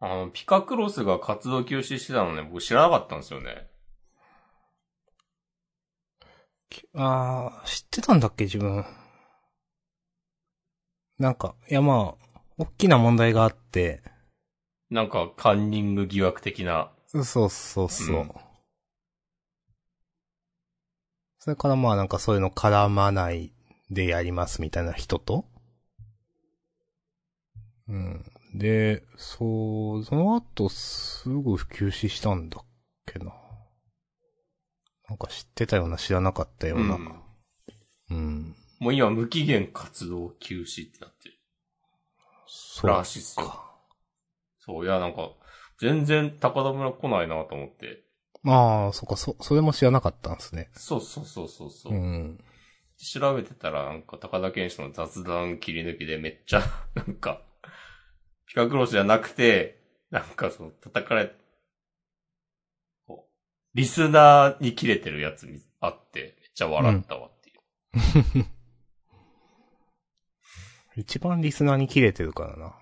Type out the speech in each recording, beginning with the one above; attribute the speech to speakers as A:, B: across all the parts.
A: あの、ピカクロスが活動休止してたのね、僕知らなかったんですよね。
B: きああ、知ってたんだっけ、自分。なんか、いやまあ、大きな問題があって、
A: なんか、カンニング疑惑的な。
B: そうそうそう。
A: うん
B: それからまあなんかそういうの絡まないでやりますみたいな人と。うん。で、そう、その後すぐ休止したんだっけな。なんか知ってたような知らなかったような。
A: うん
B: うん。
A: もう今、無期限活動休止ってなってる。
B: そう
A: らしいっすよ。
B: か。
A: そう、いや、なんか、全然高田村来ないなと思って。
B: ああ、そっか、そ、それも知らなかったんですね。
A: そうそうそうそうそうう、
B: ん。
A: 調べてたら、なんか、高田健志の雑談切り抜きでめっちゃ、 なんか、ピカクロスじゃなくて、なんかその、叩かれ、こう、リスナーに切れてるやつ見あって、めっちゃ笑ったわっていう。
B: 一番リスナーに切れてるからな。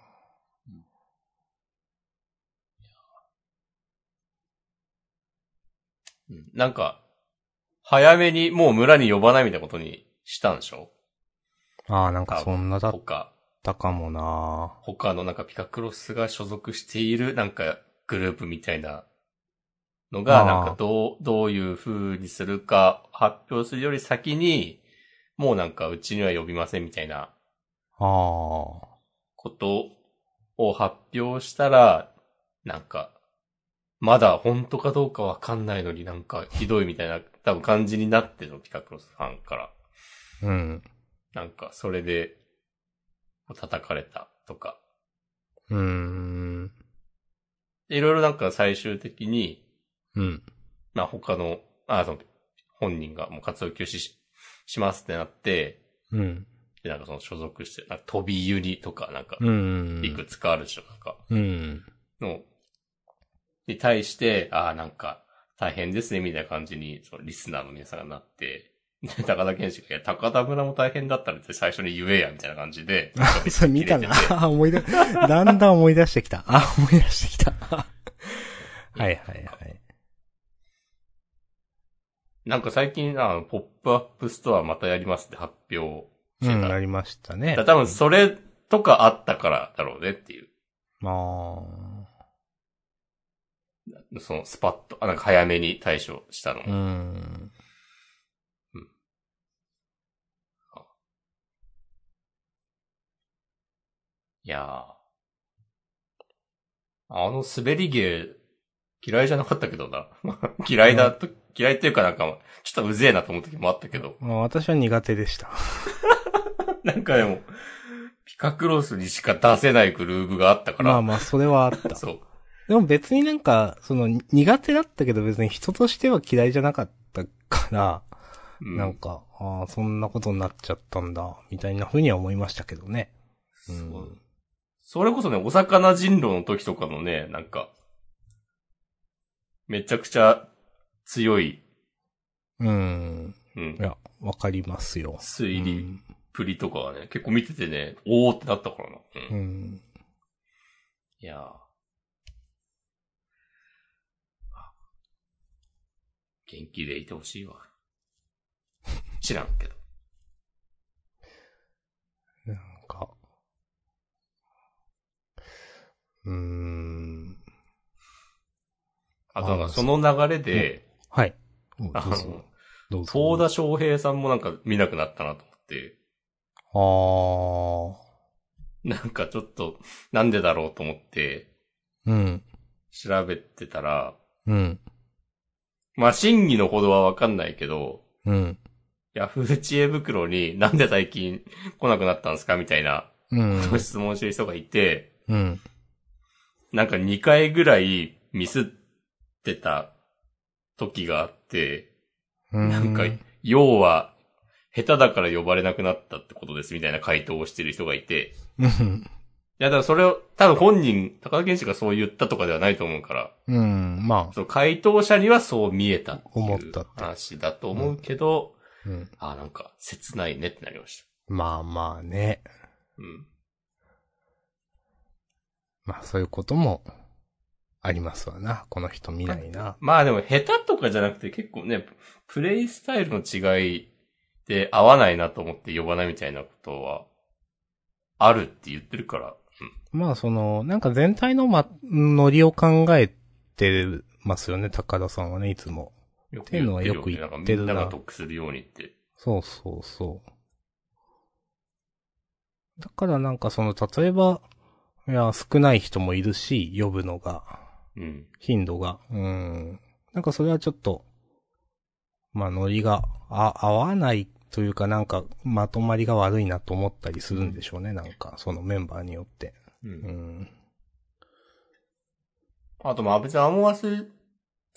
A: うんなんか、早めにもう村に呼ばないみたいなことにしたんでしょ
B: ああ、なんかそんなだっ
A: 他、
B: たかもな。
A: 他のなんかピカクロスが所属しているなんかグループみたいなの
B: あ
A: が、
B: ー
A: なんかどう、どういう風にするか発表するより先に、もうなんかうちには呼びませんみたいな
B: ああ。
A: ことを発表したら、なんか、まだ本当かどうかわかんないのになんかひどいみたいな多分感じになってるの、ピカクロスさんから。
B: うん。
A: なんか、それで、叩かれたとか。
B: うーん。
A: でいろいろなんか最終的に、
B: うん。
A: まあ他の、あ、その、本人がもう活動休止ししますってなって、
B: うん。
A: で、なんかその所属してる、なんか飛びユニとか、なんか
B: う、ん。
A: いくつかあるでしょ、なんか、
B: うん。
A: の、に対して、ああ、なんか、大変ですね、みたいな感じに、そのリスナーの皆さんがなって、で高田健志が、いや、高田村も大変だったらって最初に言えや、みたいな感じ で、
B: それ見たな。あ思い出、 だんだん思い出してきた。あ、思い出してきた。はいはいはい。
A: なんか最近、あの、ポップアップストアまたやりますって発表し
B: う
A: て
B: ん、
A: た。
B: なりましたね
A: だ。多分それとかあったからだろうねっていう。
B: ま
A: そのスパッと、あなんか早めに対処したの。
B: あ、うん。
A: いやーあの滑り芸、嫌いじゃなかったけどな。 嫌いだと、嫌いっていうかなんか、ちょっとうぜえなと思う時もあったけど。
B: まあ私は苦手でした。
A: なんかでも、ピカクロスにしか出せないグルーブがあったか
B: まあ
A: ら。
B: まあ、それはあった。
A: そう。
B: でも別になんか、その、苦手だったけど別に人としては嫌いじゃなかったから、
A: うん
B: なんか、ああ、そんなことになっちゃったんだ、みたいな風には思いましたけどね。
A: そう
B: うん
A: それこそね、お魚人狼の時とかのね、なんか、めちゃくちゃ強い、
B: うん。
A: うん
B: い、や、わかりますよ。
A: 推理プリとかはね、結構見ててね、おーってなったからな。うん。
B: う
A: い
B: ん。
A: やー元気でいてほしいわ。 知らんけど。
B: うん。なんか。うーん。
A: あとなんかその流れで、
B: はい。どう
A: あ
B: ぞ
A: の、。
B: どうぞ。
A: 遠田翔平さんもなんか見なくなったなと思って。
B: あー。
A: なんかちょっと、なんでだろうと思って、
B: うん。
A: 調べてたら、
B: うん。
A: まあ、真偽のほどはわかんないけど、
B: うん。
A: ヤフー知恵袋になんで最近来なくなったんですかみたいな、
B: うん。
A: 質問してる人がいて、
B: うん。
A: なんか2回ぐらいミスってた時があって、
B: うん
A: なんか、要は、下手だから呼ばれなくなったってことですみたいな回答をしてる人がいて、
B: うん。
A: いや、だからそれを、多分本人、高田健志がそう言ったとかではないと思うから、
B: うん。まあ。
A: その回答者にはそう見えたってい
B: 思っ
A: う
B: たって
A: 話だと思うけど、
B: うん。
A: あなんか切ないねってなりました。
B: まあまあね。
A: うん。
B: まあそういうこともありますわな。この人見ないな。
A: まあでも下手とかじゃなくて結構ね、プレイスタイルの違いで合わないなと思って呼ばないみたいなことは、あるって言ってるから。
B: まあその、なんか全体のま、ノリを考えてますよね、高田さんはね、いつも。
A: よ
B: っていうのはよく言ってる
A: な
B: なん
A: かみんなが得するようにって。
B: そうそうそう。だからなんかその、例えば、いや、少ない人もいるし、呼ぶのが、
A: うん。
B: 頻度が。うん。なんかそれはちょっと、まあノリが、あ、合わないというかなんか、まとまりが悪いなと思ったりするんでしょうね、なんか、そのメンバーによって。
A: う。
B: うんん。
A: あとまあ別にアモアス、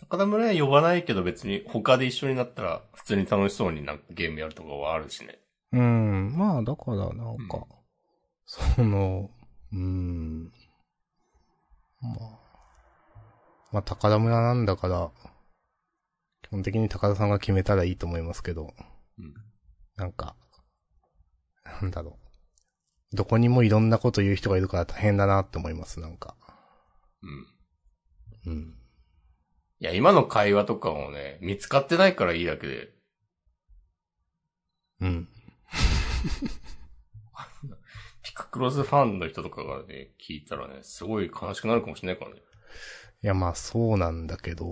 A: 高田村には呼ばないけど別に他で一緒になったら普通に楽しそうになんかゲームやるとかはあるしね。
B: うん、まあだからなんか、
A: うん
B: その、うん、まあ、まあ高田村なんだから、基本的に高田さんが決めたらいいと思いますけど、
A: うん
B: なんか、なんだろう。どこにもいろんなこと言う人がいるから大変だなって思います、なんか。
A: うん。
B: うん。
A: いや、今の会話とかもね、見つかってないからいいだけで、
B: うん。
A: ピカクロスファンの人とかがね、聞いたらね、すごい悲しくなるかもしれないからね。
B: いや、まあそうなんだけど。い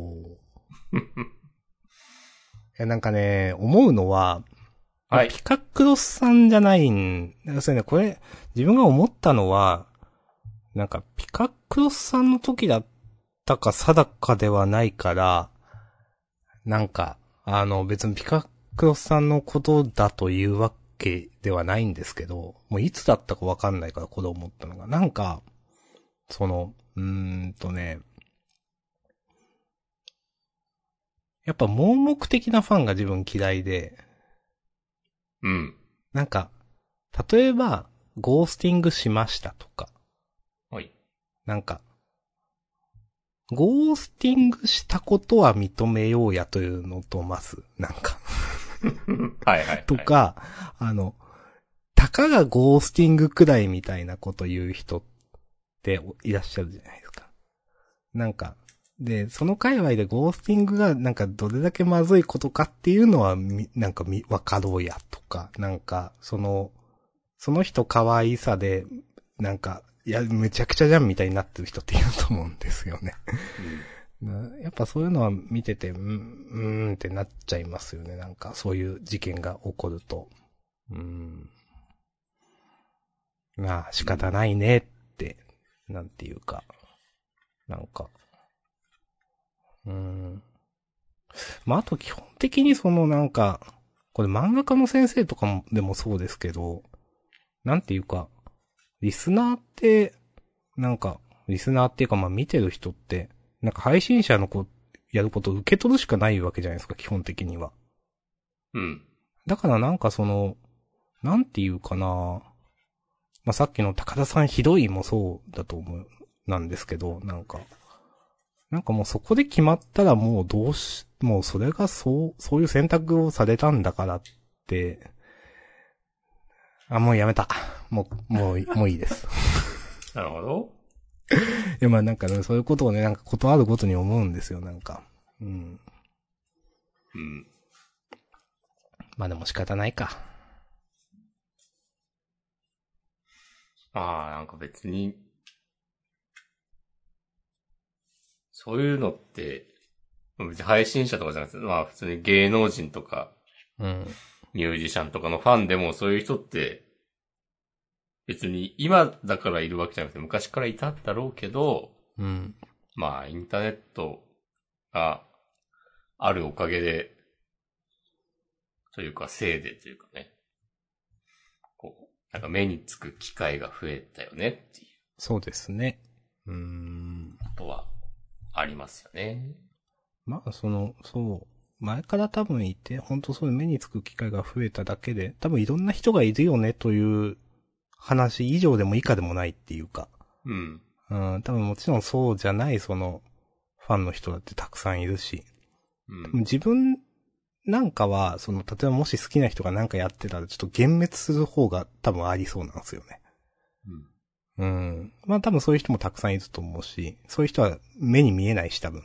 B: や、なんかね、思うのは、
A: はい
B: ピカクロスさんじゃないん、そうね、これ、自分が思ったのは、なんか、ピカクロスさんの時だったか定かではないから、なんか、あの、別にピカクロスさんのことだというわけではないんですけど、もういつだったかわかんないから、これ思ったのが。なんか、その、うーんとね、やっぱ盲目的なファンが自分嫌いで、
A: うん。
B: なんか、例えば、ゴースティングしましたとか、
A: はい。
B: なんか、ゴースティングしたことは認めようやというのと、まず、なんか、
A: はいはいはい。
B: とか、あの、たかがゴースティングくらいみたいなこと言う人っていらっしゃるじゃないですか。なんか、で、その界隈でゴースティングがなんかどれだけまずいことかっていうのはみ、なんかみ、わかろうやとか、なんか、その、その人可愛さで、なんか、いや、むちゃくちゃじゃんみたいになってる人っていると思うんですよね。なやっぱそういうのは見てて、うん、うーんってなっちゃいますよね。なんか、そういう事件が起こると。うん。まあ、仕方ないねって、なんていうか。なんか。うん。まあ、あと基本的にそのなんか、これ漫画家の先生とかも、でもそうですけど、なんていうか、リスナーって、なんか、リスナーっていうかまあ見てる人って、なんか配信者のこやることを受け取るしかないわけじゃないですか、基本的には。
A: うん。うん。
B: だからなんかその、なんていうかなまあ、さっきの高田さんひどいもそうだと思う、なんですけど、なんか、なんかもうそこで決まったらもうどうし、もうそれがそう、そういう選択をされたんだからって、あ、もうやめた。もう、もうい、 もういいです。
A: なるほど。
B: いや、まあなんかね、そういうことをね、なんかことあるごとに思うんですよ、なんか。うん。
A: うん。
B: まあでも仕方ないか。
A: まあ、なんか別に、そういうのって、別に配信者とかじゃなくて、まあ普通に芸能人とか、
B: うん。
A: ミュージシャンとかのファンでもそういう人って、別に今だからいるわけじゃなくて昔からいたんだろうけど、
B: うん。
A: まあインターネットがあるおかげで、というかせいでというかね、こう、なんか目につく機会が増えたよねっていう
B: そうですね。うーん。
A: ことはありますよね。
B: まあ、その、そう。前から多分いて、本当そういう目につく機会が増えただけで、多分いろんな人がいるよねという話以上でも以下でもないっていうか。
A: うん。
B: うん、多分もちろんそうじゃない、その、ファンの人だってたくさんいるし。
A: うん。
B: 自分なんかは、その、例えばもし好きな人がなんかやってたら、ちょっと幻滅する方が多分ありそうなんですよね。
A: うん
B: うん。まあ多分そういう人もたくさんいると思うし、そういう人は目に見えないし多分。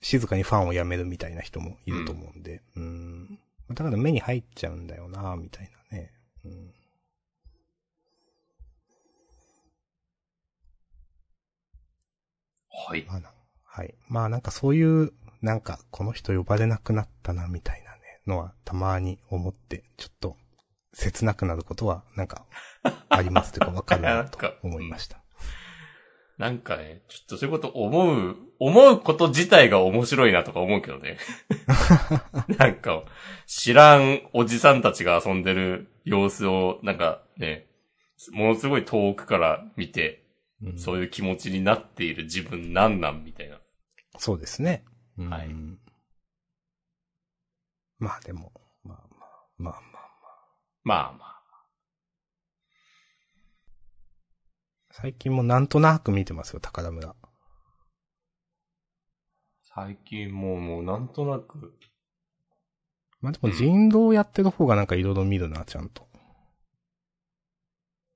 B: 静かにファンを辞めるみたいな人もいると思うんで。うん。だから目に入っちゃうんだよな、みたいなね。うん。
A: はい。
B: まあな、はい。まあなんかそういう、なんかこの人呼ばれなくなったな、みたいなね、のはたまに思って、ちょっと、切なくなることは、なんか、ありますというかわかるなと思いました。
A: なんかね、ちょっとそういうこと思う、思うこと自体が面白いなとか思うけど ね。なんか、知らんおじさんたちが遊んでる様子を、なんかね、ものすごい遠くから見て、
B: うん
A: そういう気持ちになっている自分なんなんみたいな。
B: そうですね。うん
A: はい
B: まあでも、まあまあ、まあまあ。
A: まあまあ。
B: 最近もなんとなく見てますよ、高田村。
A: 最近もうもうなんとなく、
B: まあでも人狼やってる方がなんかいろいろ見るな、ちゃんと。っ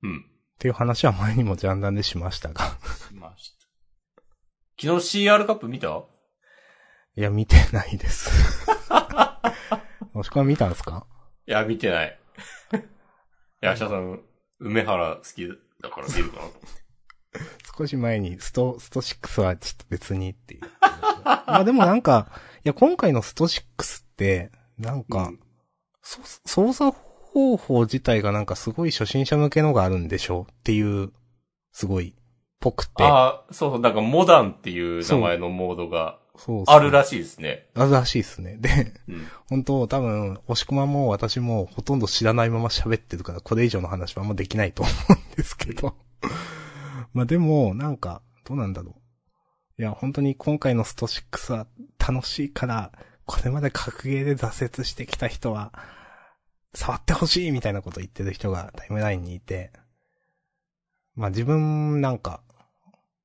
A: うん。
B: ていう話は前にもジャンダンでしましたが。
A: しました。昨日 CR カップ見た
B: いや、見てない です。もしくは見たんですか
A: いや、見て ない。いや、明日さん、梅原好きだから見るかなと。
B: 少し前にスト、スト6はちょっと別にっていう。 まあでもなんか、いや、今回のスト6って、なんか、
A: うん
B: そ操作方法自体がなんかすごい初心者向けのがあるんでしょうっていう、すごい、ぽくて。
A: ああ、そうそう、なんかモダンっていう名前のモードが
B: そうそう
A: あるらしいですね。
B: あるらしいですね。で、
A: うん。
B: 本当多分、押し込まんも私もほとんど知らないまま喋ってるから、これ以上の話はあんまできないと思うんですけど。 まあでも、なんか、どうなんだろう。いや、本当に今回のスト6は楽しいから、これまで格ゲーで挫折してきた人は、触ってほしいみたいなこと言ってる人がタイムラインにいて、まあ自分なんか、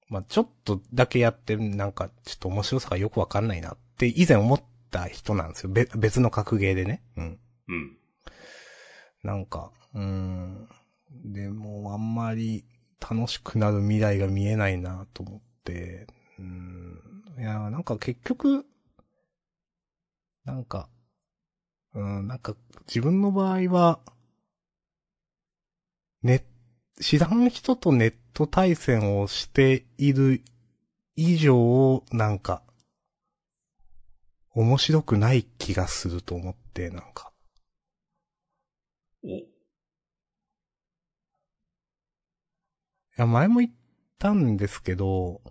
B: まあちょっとだけやって、なんかちょっと面白さがよくわかんないなって以前思った人なんですよ。べ別の格ゲーでね。うん。
A: うん。
B: なんか、うーん。でもあんまり楽しくなる未来が見えないなと思って、うーん。いやー、なんか結局、なんか、うん、なんか自分の場合は、ね、知らん人とネット対戦をしている以上、なんか、面白くない気がすると思って、なんか。
A: お、
B: いや、前も言ったんですけど、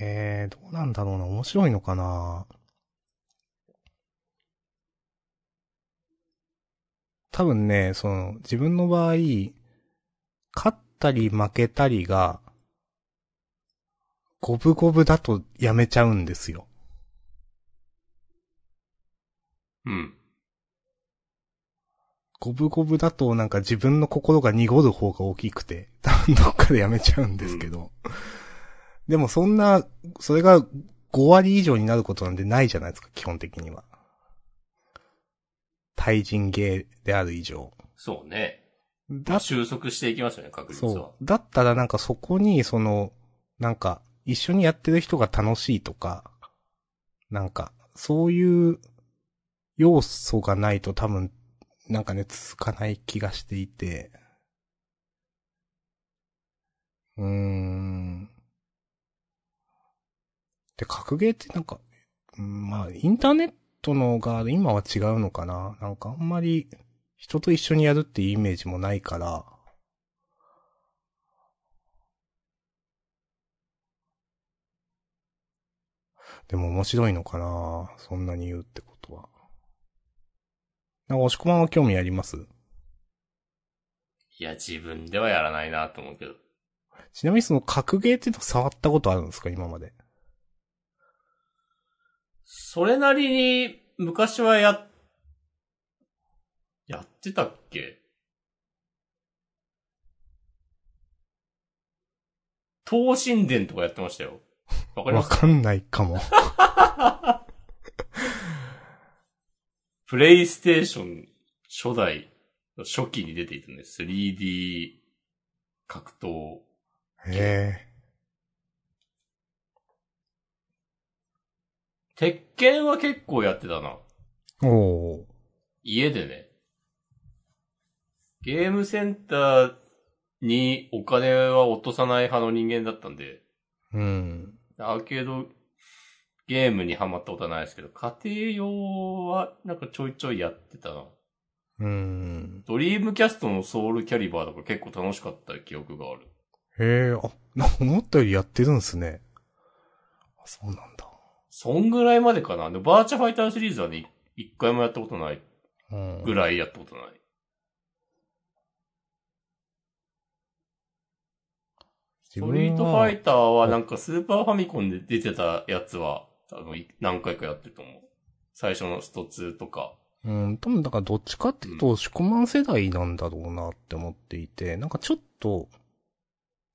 B: えー、どうなんだろうな、面白いのかな多分ね、その、自分の場合、勝ったり負けたりが、五分五分だとやめちゃうんですよ。
A: うん。
B: 五分五分だとなんか自分の心が濁る方が大きくて、 多分どっかでやめちゃうんですけど。でもそんな、それが5割以上になることなんてないじゃないですか、基本的には。対人芸である以上。
A: そうね。
B: だ
A: 収束していきますよね、確率は
B: そ。う。だったらなんかそこに、その、なんか、一緒にやってる人が楽しいとか、なんか、そういう要素がないと多分、なんかね、続かない気がしていて。うーん。で、格ゲーってなんか、うんまあ、インターネットのが今は違うのかななんかあんまり人と一緒にやるっていうイメージもないから、でも面白いのかなそんなに言うってことは。なんか、押し込まんは興味あります
A: いや、自分ではやらないなと思うけど。
B: ちなみにその格ゲーっていうの触ったことあるんですか今まで。
A: それなりに、昔はや、やってたっけ東神殿とかやってましたよ。わかりま
B: わ
A: す
B: かんないかも。
A: プレイステーション初代の初期に出ていたね、3D 格闘。
B: へ
A: 鉄拳は結構やってたな。
B: え。おー。
A: 家でね。ゲームセンターにお金は落とさない派の人間だったんで、
B: うん。
A: アーケードゲームにハマったことはないですけど、家庭用はなんかちょいちょいやってたな。
B: うん。
A: ドリームキャストのソウルキャリバーとか結構楽しかった記憶がある。
B: へえ、あ、な、思ったよりやってるんですね。あそうなんだ。
A: そんぐらいまでかな。で、バーチャファイターシリーズはね、一回もやったことない
B: うん。
A: ぐらいやったことない。ス
B: 自
A: ト
B: 分は
A: リートファイターはなんかスーパーファミコンで出てたやつは、多分い何回かやってると思う。最初のスト2とか。
B: うん、多分だからどっちかっていうと、シコマン世代なんだろうなって思っていて、なんかちょっと、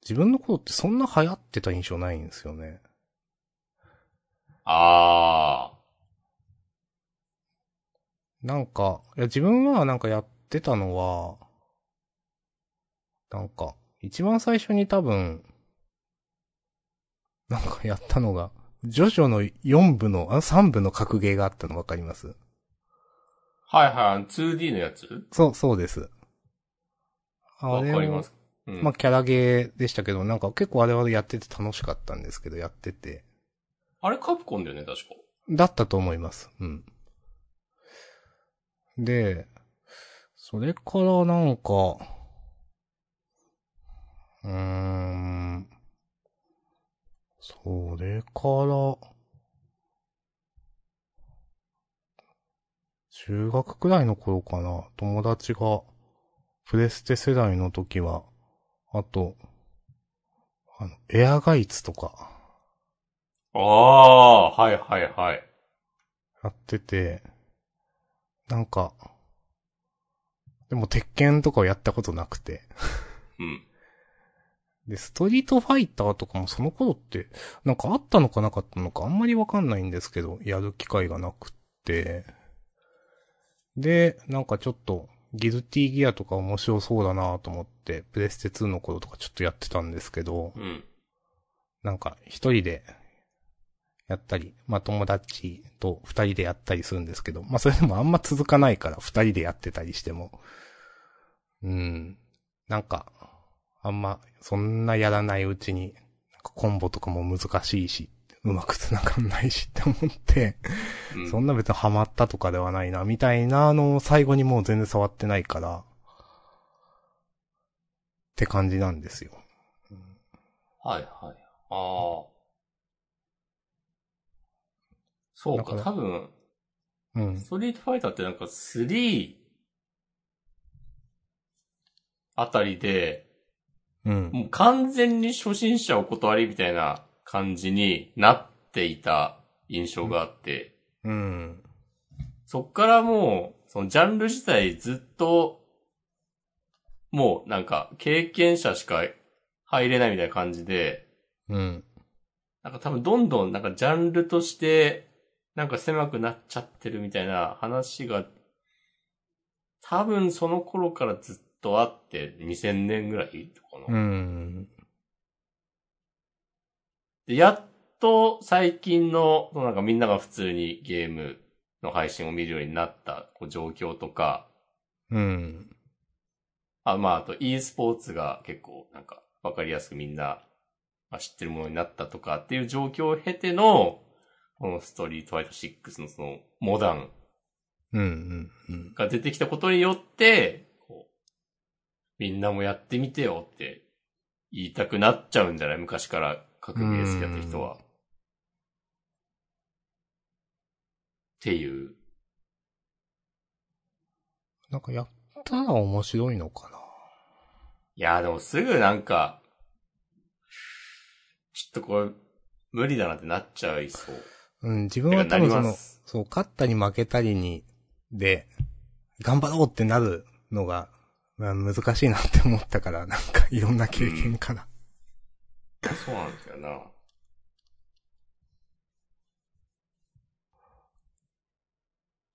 B: 自分の頃ってそんな流行ってた印象ないんですよね。
A: あ
B: なんか、いや自分はなんかやってたのは、なんか、一番最初に多分、なんかやったのが、ジョジョの4部の、あ、3部の格ゲーがあったのわかります
A: ー。はいはい、2D のやつ
B: そう、そうです。あ
A: わ
B: れを
A: かります。うん。
B: まあ、キャラゲーでしたけど、なんか結構我々やってて楽しかったんですけど、やってて。
A: あれカプコンだよね、確か。
B: だったと思います。うん。で、それからなんか、うーん。それから、中学くらいの頃かな、友達が、プレステ世代の時は、あと、あの、エアガイツとか、
A: ああー、はいはいはい。
B: やってて、なんか、でも鉄拳とかをやったことなくて。
A: うん。
B: で、ストリートファイターとかもその頃って、なんかあったのかなかったのかあんまりわかんないんですけど、やる機会がなくって。で、なんかちょっと、ギルティギアとか面白そうだなと思って、プレステ2の頃とかちょっとやってたんですけど、
A: うん。
B: なんか一人でやったり、まあ友達と二人でやったりするんですけど、まあそれでもあんま続かないから二人でやってたりしても。うん。なんか、あんまそんなやらないうちに、なんかコンボとかも難しいし、うまく繋がんないしって思って、
A: うん、
B: そんな別にハマったとかではないな、みたいなのを最後にもう全然触ってないから、って感じなんですよ。
A: はいはい。ああ。そうか、
B: だか
A: 多
B: ら
A: 分、
B: うん
A: ス。トリートファイターってなんか3あたりで、
B: うん。
A: もう完全に初心者お断りみたいな感じになっていた印象があって、
B: うん。
A: そっからもう、そのジャンル自体ずっと、もうなんか経験者しか入れないみたいな感じで、
B: うん。
A: なんか多分どんどんなんかジャンルとして、なんか狭くなっちゃってるみたいな話が、多分その頃からずっとあって、2000年ぐらいとかな。
B: うん。
A: で、やっと最近の、そのなんかみんなが普通にゲームの配信を見るようになったこう状況とか、
B: うん。
A: あ、まあ、あと e スポーツが結構なんかわかりやすくみんな、まあ、知ってるものになったとかっていう状況を経ての、このストリートファイト6のそのモダン
B: うん。うん。
A: が出てきたことによって、こうみんなもやってみてよって言いたくなっちゃうんじゃない昔から格ゲー好きだった人は。っていう。
B: なんかやったら面白いのか
A: いやーでもすぐなんか、ちょっとこれ、無理だなってなっちゃいそう。
B: な。うん、自分
A: てか
B: は
A: な
B: 多
A: り
B: 分そ
A: ま
B: の、
A: す。
B: そう、勝ったり負けたりに、で、頑張ろうってなるのが、まあ難しいなって思ったから、なんかいろんな経験から。
A: そうなんですよな。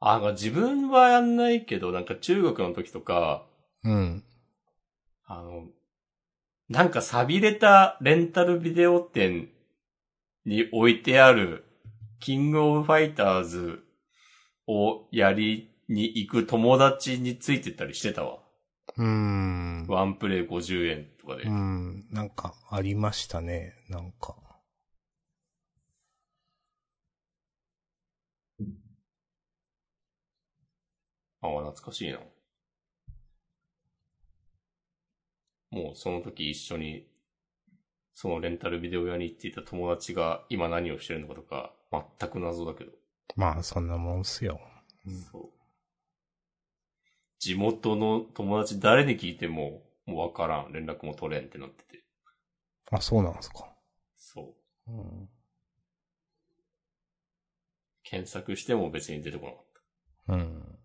A: あ、なんか自分はやんないけど、なんか中学の時とか、
B: うん。
A: あの、なんか錆びれたレンタルビデオ店に置いてある、キングオブファイターズをやりに行く友達についてったりしてたわ。
B: うーん。
A: ワンプレイ50円とかで。
B: うん。なんか、ありましたね。なんか。
A: ああ、懐かしいな。もうその時一緒に、そのレンタルビデオ屋に行っていた友達が今何をしてるのかとか、全く謎だけど。
B: まあ、そんなもんっすよ。うん
A: そう。地元の友達誰に聞いても、もうわからん。連絡も取れんってなってて。
B: あ、そうなんですか。
A: そう。
B: うん。
A: 検索しても別に出てこなかっ
B: うん。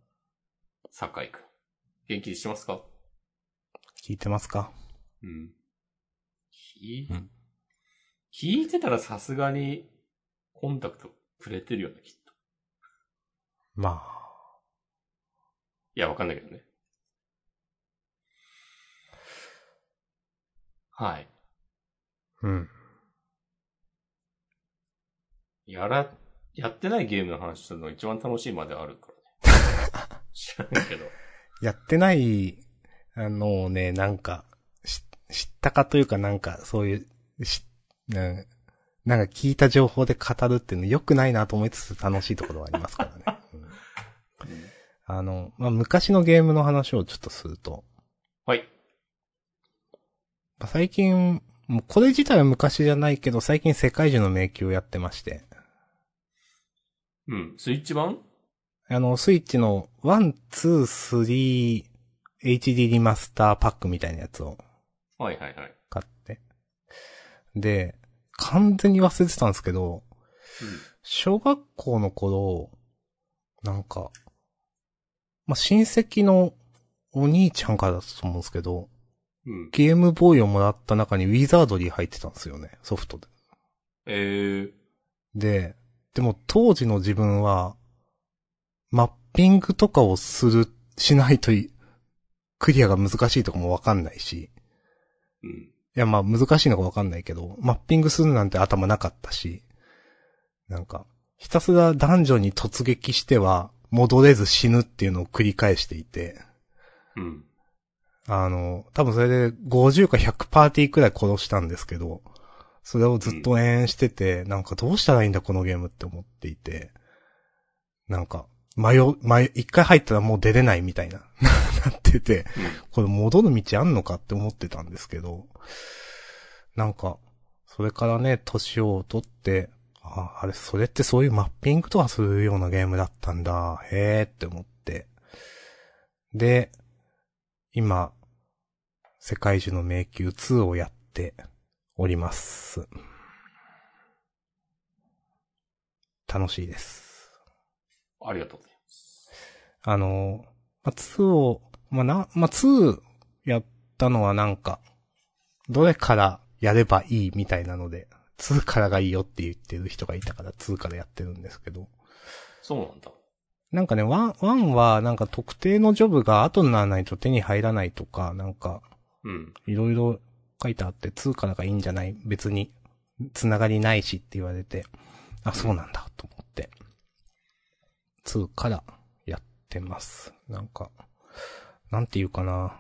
A: た。酒井くん。元気にしてますか
B: 聞いてますか
A: うん。聞い、
B: うん
A: 聞いてたらさすがに、コンタクトくれてるよね、きっと。
B: まあ。
A: いや、わかんないけどね。はい。
B: うん。
A: やら、やってないゲームの話するのが一番楽しいまであるから ね。知らんけど。
B: やってない、あのね、なんか、し知ったかというかなんか、そういう、し、なんなんか聞いた情報で語るっていうの良くないなと思いつつ楽しいところはありますからね。うんあの、まあ、昔のゲームの話をちょっとすると、
A: はい。
B: まあ最近、もうこれ自体は昔じゃないけど、最近世界中の迷宮をやってまして、
A: うん。スイッチ版
B: あの、スイッチの 1,2,3HD リマスターパックみたいなやつを
A: はいはいはい。
B: 買って。で、完全に忘れてたんですけど、小学校の頃、なんか、まあ、親戚のお兄ちゃんからだったと思うんですけど、
A: うん。うん。
B: ゲームボーイをもらった中にウィザードリー入ってたんですよね、ソフトで。
A: えー、
B: で、でも当時の自分は、マッピングとかをする、しないとい、クリアが難しいとかもわかんないし、
A: うん。
B: いや、まあ難しいのかわかんないけど、マッピングするなんて頭なかったし、なんか、ひたすらダンジョンに突撃しては、戻れず死ぬっていうのを繰り返していて、
A: うん。
B: あの、多分それで50か100パーティーくらい殺したんですけど、それをずっと延々してて、なんかどうしたらいいんだこのゲームって思っていて、なんか、迷う、迷う、一回入ったらもう出れないみたいな、 なってて、これ戻る道あんのかって思ってたんですけど、なんか、それからね、年を取って、あ、あれ、それってそういうマッピングとかするようなゲームだったんだ、へーって思って。で、今、世界中の迷宮2をやっております。楽しいです。
A: ありがとうございます。
B: あの、まあ、2を、まあ、な、まあ、2やったのはなんか、どれからやればいいみたいなので、2からがいいよって言ってる人がいたから2からやってるんですけど、
A: そうなんだ。
B: なんかね、1、1はなんか特定のジョブが後にならないと手に入らないとか、なんか、
A: うん。
B: いろいろ書いてあって、2からがいいんじゃない別に、つながりないしって言われて、あ、そうなんだ、と思って。2からやってます。なんか、なんていうかな。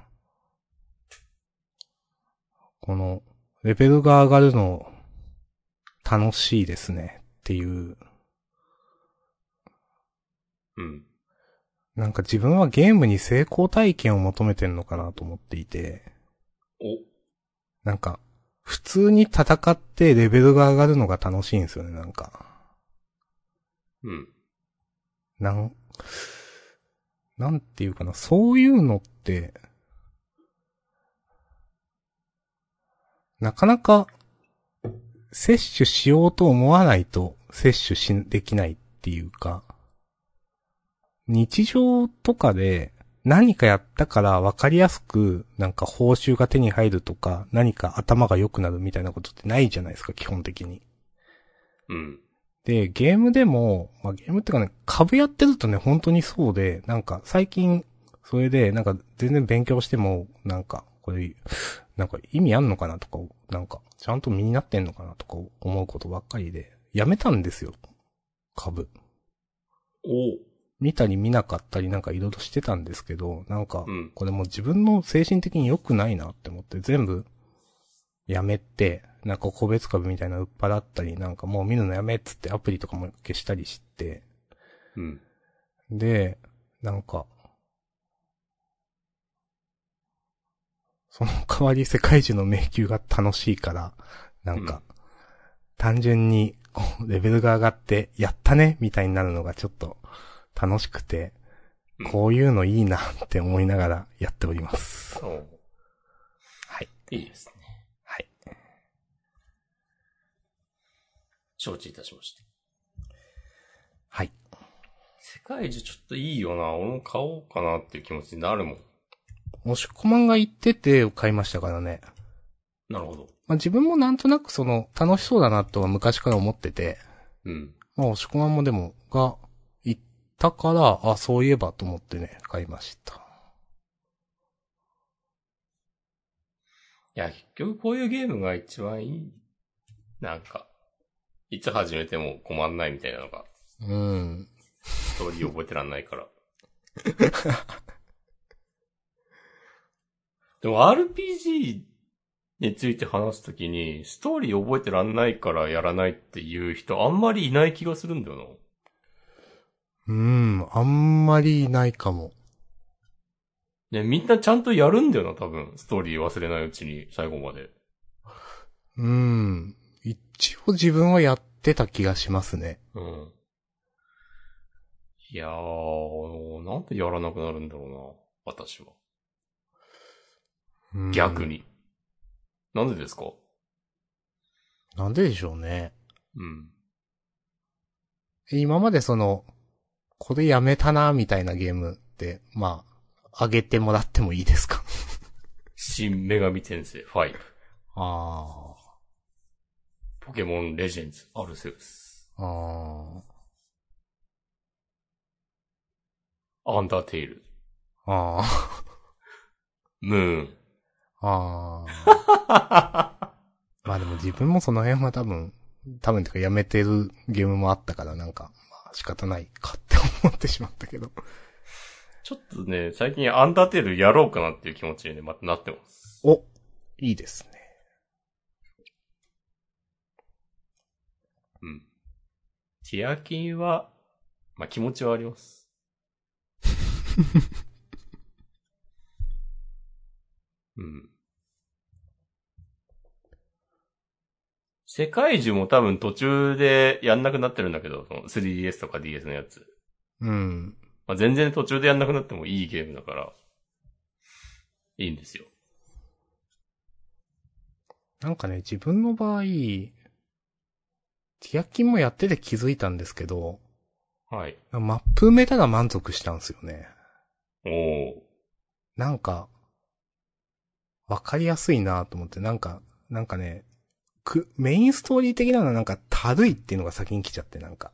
B: この、レベルが上がるの、楽しいですね、っていう。
A: うん。
B: なんか自分はゲームに成功体験を求めてんのかなと思っていて。
A: お、
B: なんか、普通に戦ってレベルが上がるのが楽しいんですよね、なんか。
A: うん。
B: なん、なんていうかな、そういうのって、なかなか、摂取しようと思わないと摂取し、できないっていうか、日常とかで何かやったから分かりやすくなんか報酬が手に入るとか何か頭が良くなるみたいなことってないじゃないですか、基本的に。
A: うん。
B: で、ゲームでも、まあ、ゲームっていうかね、株やってるとね、本当にそうで、なんか最近、それで、なんか全然勉強しても、なんか、これ、なんか意味あんのかなとか、なんか、ちゃんと身になってんのかなとか思うことばっかりで、やめたんですよ。株。
A: おう
B: 見たり見なかったりなんかいろいろしてたんですけど、なんか
A: うん、
B: これもう自分の精神的に良くないなって思って全部やめて、なんか個別株みたいなの売っ払ったり、なんかもう見るのやめっつってアプリとかも消したりして、
A: うん。
B: で、なんか、その代わり世界中の迷宮が楽しいから、なんか、単純に、こうレベルが上がって、やったねみたいになるのがちょっと楽しくて
A: うん、
B: こういうのいいなって思いながらやっております。
A: おう
B: はい。
A: いいですね。
B: はい。
A: 承知いたしました。
B: はい。
A: 世界中ちょっといいよな。俺も買おうかなっていう気持ちになるもん。
B: 押し込まんが言ってて買いましたからね。
A: なるほど。
B: まあ、自分もなんとなくその、楽しそうだなとは昔から思ってて、
A: うん。
B: まあ、押し込まんもでも、が、行ったから、あ、そういえばと思ってね、買いました。
A: いや、結局こういうゲームが一番いい。なんか、いつ始めても困んないみたいなのが、
B: うん。
A: ストーリー覚えてらんないから。 でも RPG について話すときに、ストーリー覚えてらんないからやらないっていう人あんまりいない気がするんだよな。
B: うん、あんまりいないかも。
A: ね、みんなちゃんとやるんだよな、多分。ストーリー忘れないうちに、最後まで。
B: うん。一応自分はやってた気がしますね。
A: うん。いやー、なんでやらなくなるんだろうな、私は。
B: うん
A: 逆。に。なんでですか
B: なんででしょうね。
A: うん。
B: 今までその、これやめたな、みたいなゲームって、まあ、あげてもらってもいいですか
A: 新女神転生5。
B: あ
A: ポケモンレジェンズ、アルセウス。
B: あ。あ
A: アンダーテイル。
B: あ。ああ。
A: ムーン。
B: ああ。まあでも自分もその辺は多分、多分てかやめてるゲームもあったからなんか、まあ仕方ないかって思ってしまったけど。
A: ちょっとね、最近アンダーテイルやろうかなっていう気持ちにね、またなってます。
B: おいいですね。
A: うん。ティアキンは、まあ、気持ちはあり ます。うん。世界中も多分途中でやんなくなってるんだけど、その 3DS とか DS のやつ。
B: うん。
A: まあ、全然途中でやんなくなってもいいゲームだから、いいんですよ。
B: なんかね、自分の場合、ティアキンもやってて気づいたんですけど、
A: はい。
B: マップ埋めたら満足したんですよね。
A: おー。
B: なんか、わかりやすいなと思って、なんか、なんかね、く、メインストーリー的なのはなんか、たるいっていうのが先に来ちゃって、なんか、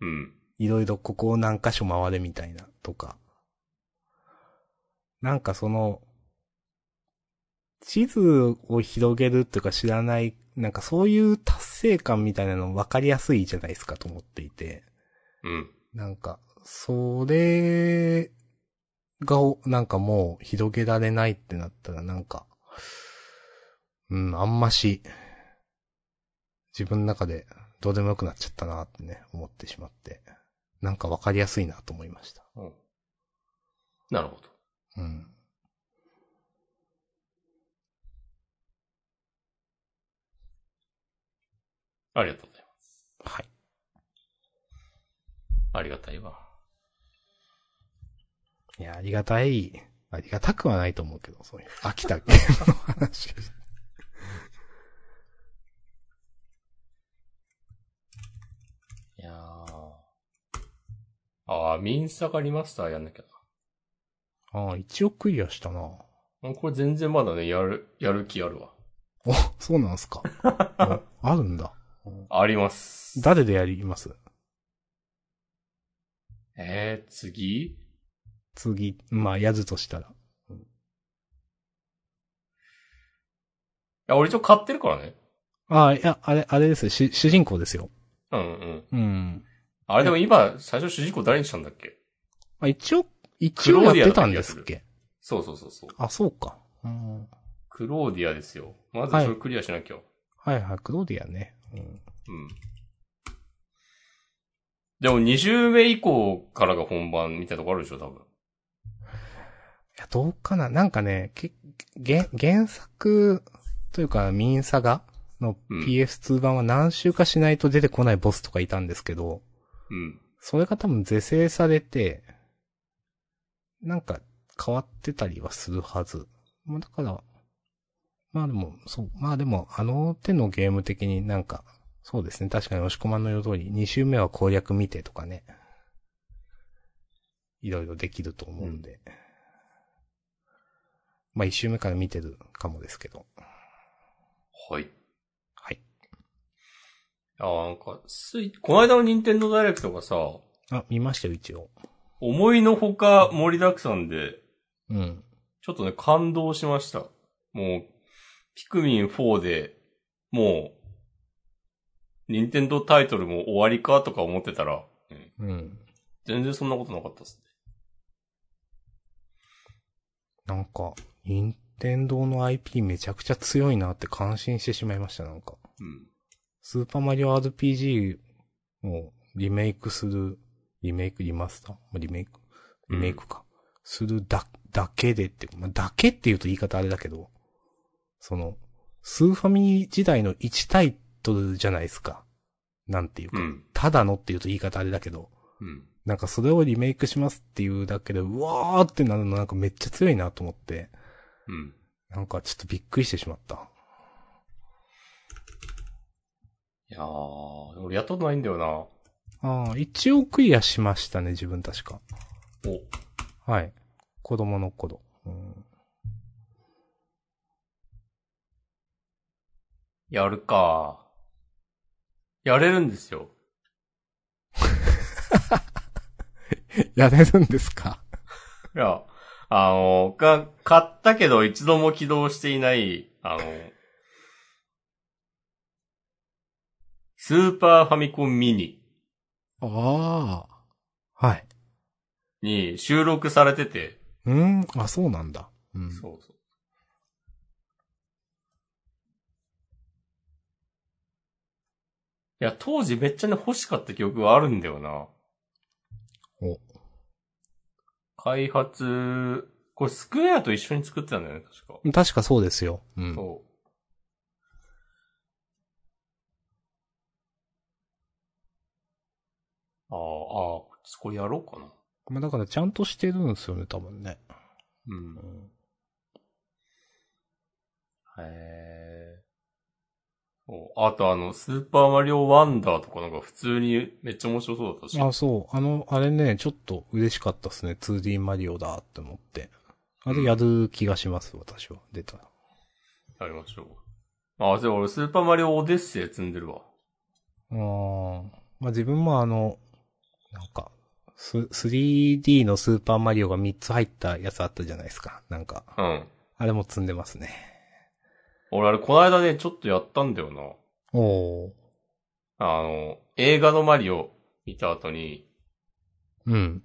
A: うん。
B: いろいろここを何箇所回れみたいな、とか。なんかその、地図を広げるっていうか知らない、なんかそういう達成感みたいなの分かりやすいじゃないですかと思っていて。
A: うん。
B: なんか、それがお、なんかもう広げられないってなったら、なんか、うん、あんまし、自分の中でどうでもよくなっちゃったなってね、思ってしまって、なんかわかりやすいなと思いました。
A: うんなるほど。
B: うん。
A: ありがとうございます。
B: はい。
A: ありがたいわ。
B: いや、ありがたい。ありがたくはないと思うけど、そういう。飽きたゲームの話。
A: いやー。ああ、ミンサがリマスターやんなきゃ
B: ああ、一応クリアしたな。
A: な。もうこれ全然まだね、やる、やる気あるわ。
B: お、そうなん すか。ああるんだ。
A: あります。
B: 誰でやります
A: えー、次
B: 次、まあ、やるとしたら。
A: や、俺一応買ってるからね。
B: ああ、いや、あれ、あれです。し主人公ですよ。
A: うんうん。
B: うん。
A: あれでも今、最初主人公誰にしたんだっけ
B: あ、一応、一応やってたんですっけ
A: そうそうそうそう。
B: あ、そうか。うん。
A: クローディアですよ。まず
B: はい
A: それクリアしなきゃ。
B: はいはい、クローディアね。うん。
A: うん。でも20名以降からが本番みたいなとこあるでしょ、多分。
B: いや、どうかななんかね、け、原、原作というか、ミンサガの
A: うん
B: PS2 版は何週かしないと出てこないボスとかいたんですけど、
A: うん。
B: それが多分是正されて、なんか変わってたりはするはず。まあだから、まあでも、そう、まあでも、あの手のゲーム的になんか、そうですね、確かに押し込まんの言う通り、2周目は攻略見てとかね、いろいろできると思うんで。まあ1周目から見てるかもですけど。
A: はい。
B: はい。
A: あーなんか、スイこの間の任天堂ダイレクトがさ、
B: あ、見ましたよ、一応。
A: 思いのほか盛りだくさんで、
B: うん。
A: ちょっとね、感動しました。もう、ピクミン4で、もう、任天堂タイトルも終わりかとか思ってたら、うん
B: うん。
A: 全然そんなことなかったですね。
B: なんか、任天堂の IP めちゃくちゃ強いなって感心してしまいました、なんか。
A: うん。
B: スーパーマリオ RPG をリメイクする、リメイク、リマスターまあリメイクリメイクか。するだ、だけでって、まあ、だけって言うと言い方あれだけど、その、スーファミ時代の1タイトルじゃないですか。なんていうか、
A: うん
B: ただのって言うと言い方あれだけど、
A: うん。
B: なんかそれをリメイクしますっていうだけで、うわーってなるのなんかめっちゃ強いなと思って、
A: うん。
B: なんかちょっとびっくりしてしまった。
A: いやー、俺やったことないんだよな。お。
B: ああ、一応クリアしましたね、自分確か。はい。子供の頃。うん、
A: やるか。やれるんですよ。
B: やれるんですか
A: いや、あの、が、買ったけど一度も起動していない、あの、スーパーファミコンミニ
B: ああ。はい。
A: に収録されてて、
B: うん、あ、そうなんだ。うん。
A: そうそう。いや、当時めっちゃね、欲しかった記憶があるんだよな。
B: お
A: 開発、これスクエアと一緒に作ってたんだよね、確か。
B: 確かそうですよ。うん。
A: そう。ああ、ああ、これやろうかな。
B: まあだからちゃんとしてるんですよね、多分ね。
A: うん
B: う。ん
A: へえ。そうあとあの、スーパーマリオワンダーとかなんか普通にめっちゃ面白そうだったし。
B: あ、そう。あの、あれね、ちょっと嬉しかったっすね。2D マリオだって思って。あれやる気がします、私は。出たら。
A: やりましょう。あ、そう、俺スーパーマリオオデッセイ積んでるわ。
B: うーん。まあ、自分もあの、なんか、す 3D のスーパーマリオが3つ入ったやつあったじゃないですか。なんか、
A: うん。
B: あれも積んでますね。
A: 俺あれこの間ね、ちょっとやったんだよな。
B: おお。
A: あの、映画のマリオ見た後に、
B: うん。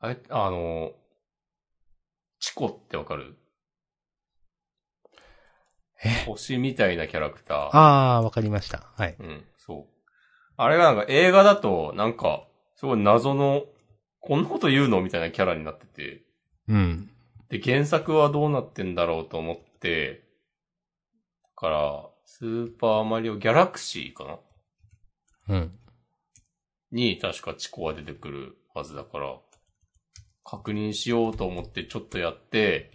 A: あれ、あの、チコってわかる星みたいなキャラクター。
B: あー、わかりました。はい。
A: うん、そう。あれがなんか映画だと、なんか、すごい謎の、こんなこと言うのみたいなキャラになってて、
B: うん。
A: で、原作はどうなってんだろうと思って、だから、スーパーマリオギャラクシーかな
B: うん。
A: に、確かチコは出てくるはずだから、確認しようと思ってちょっとやって、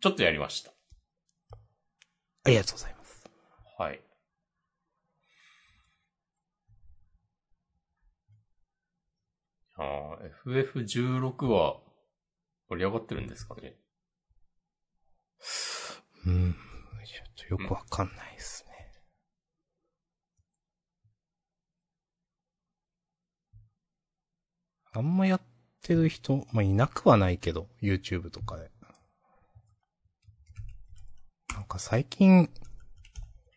A: ちょっとやりました。
B: ありがとうございます。
A: はい。ああ、FF16 は盛り上がってるんですかね。
B: うん。ちょっとよくわかんないですね。あんまやってる人、まあ、いなくはないけど、YouTube とかで。なんか最近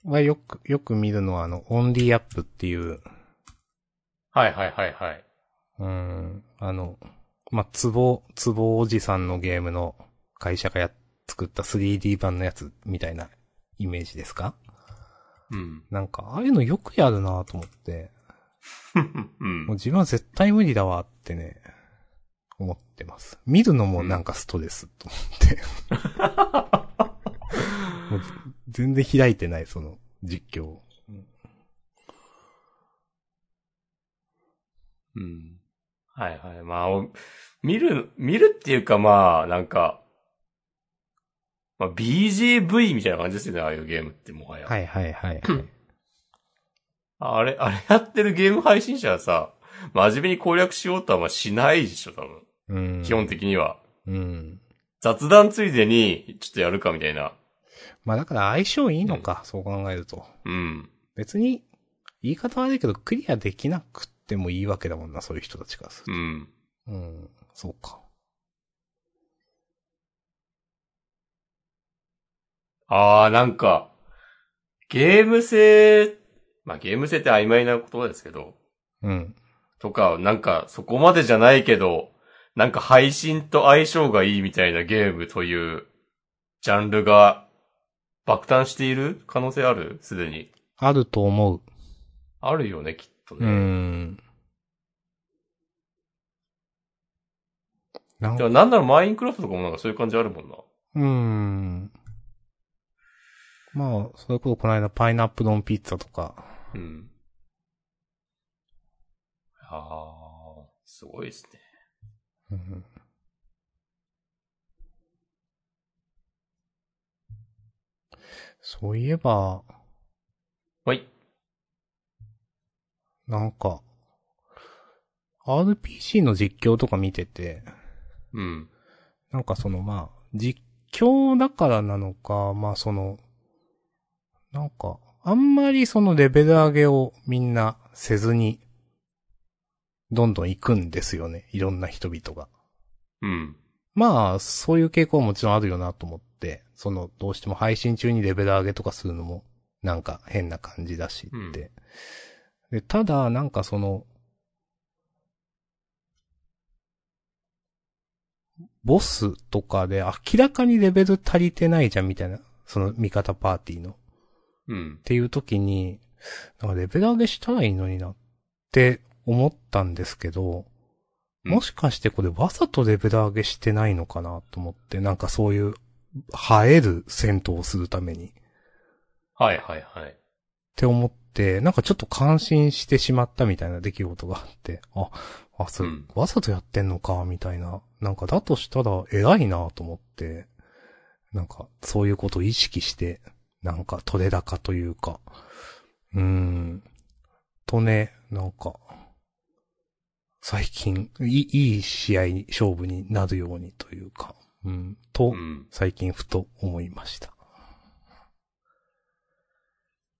B: はよく、よく見るのはあの、オンリーアップっていう、
A: はいはいはいはい。
B: うん、あの、まあ、つぼ、つぼおじさんのゲームの会社がやっ、作った 3D 版のやつみたいなイメージですか
A: うん。
B: なんか、ああいうのよくやるなと思って、
A: うん
B: もう。自分は絶対無理だわってね、思ってます。見るのもなんかストレスと思って。もう全然開いてない、その実況を。
A: うん。はいはい。まあ、お見る、見るっていうかまあ、なんか、まあ BJV みたいな感じですよね、ああいうゲームってもはや。
B: はいはいはい。
A: あれ、あれやってるゲーム配信者はさ、真面目に攻略しようとはまあしないでしょ、多分。
B: うん。
A: 基本的には。
B: うん。
A: 雑談ついでに、ちょっとやるかみたいな。
B: まあだから相性いいのか、そう考えると。
A: うん。
B: 別に、言い方悪いけど、クリアできなくってもいいわけだもんな、そういう人たちからする
A: うん。
B: と。うん、そうか。
A: あー、なんか、ゲーム性、まあゲーム性って曖昧な言葉ですけど、
B: うん。
A: とか、なんかそこまでじゃないけど、なんか配信と相性がいいみたいなゲームという、ジャンルが爆誕している可能性あるすでに。
B: あると思う。
A: あるよね、きっと
B: う
A: ね。
B: ん。なん
A: でもなんならマインクラフトとかもなんかそういう感じあるもんな。
B: うーん。まあ、それこそこの間パイナップルオンピッツァとか。
A: うん。ああ、すごいですね。
B: うんそういえば、
A: はい。
B: なんか、RPG の実況とか見てて、
A: うん。
B: なんかそのまあ、実況だからなのか、まあその、なんか、あんまりそのレベル上げをみんなせずに、どんどん行くんですよね。いろんな人々が。
A: うん。
B: まあ、そういう傾向ももちろんあるよなと思って、その、どうしても配信中にレベル上げとかするのも、なんか変な感じだしって。で、ただ、なんかその、ボスとかで明らかにレベル足りてないじゃんみたいな、その味方パーティーの。
A: うん
B: っ。ていう時に、なんかレベル上げしたらいいのになって思ったんですけ
A: う
B: ど、
A: ん
B: もしかしてこれわざとレベル上げしてないのかなと思って、なんかそういう、生える戦闘をするためにっ
A: はいはいはい。
B: て思って、なんかちょっと感心してしまったみたいな出来事があって、あ、あ、そうれ
A: ん、
B: わざとやってんのか、みたいな。なんかだとしたら偉いなと思って、なんかそういうことを意識して、なんか取れ高というか、うーん、とね、なんか、最近、いい、いい試合に、勝負になるようにというか、うん、と、
A: うん。
B: 最近ふと思いました。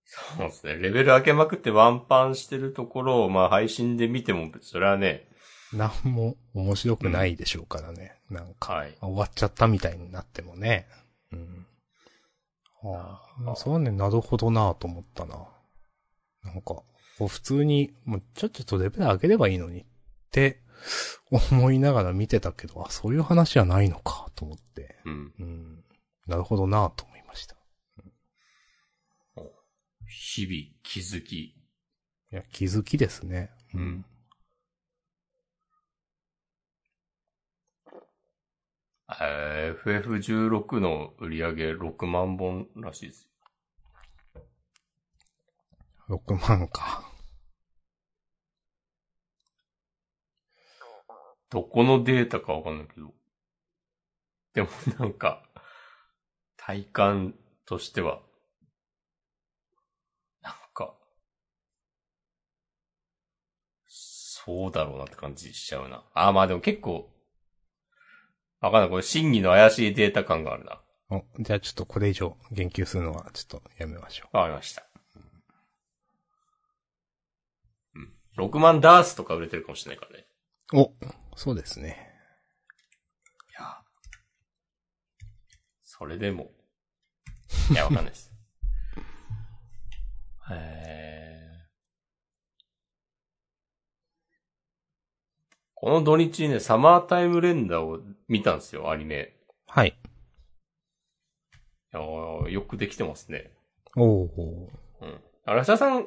A: そうですね。レベル上げまくってワンパンしてるところを、まあ配信で見ても、それはね、
B: なんも面白くないでしょうからね、なんか。
A: はい。
B: 終わっちゃったみたいになってもね。うん。ああ、それはね、なるほどなぁと思ったな。なんか、こう普通に、もうちょっとレベル上げればいいのにって思いながら見てたけど、あ、そういう話はないのかと思って。
A: うん。
B: うん。なるほどなぁと思いました。
A: 日々、気づき。
B: いや、気づきですね。
A: うん。えー FF16 の売り上げ6万本らしいですよ。
B: 6万か。
A: どこのデータかわかんないけど。でもなんか、体感としては、なんか、そうだろうなって感じしちゃうな。あー、まあでも結構、わかんない。これ真偽の怪しいデータ感があるな。
B: お、じゃあちょっとこれ以上言及するのはちょっとやめましょ
A: わかりました。うん。6万ダースとか売れてるかもしれないからね。
B: う。お、そうですね。
A: いや。それでも。いや、わかんないです。えーこの土日にね、サマータイムレンダーを見たんですよ、アニメ。
B: はい。
A: いやーよくできてますね。
B: おお。
A: うん。あらしゃさん、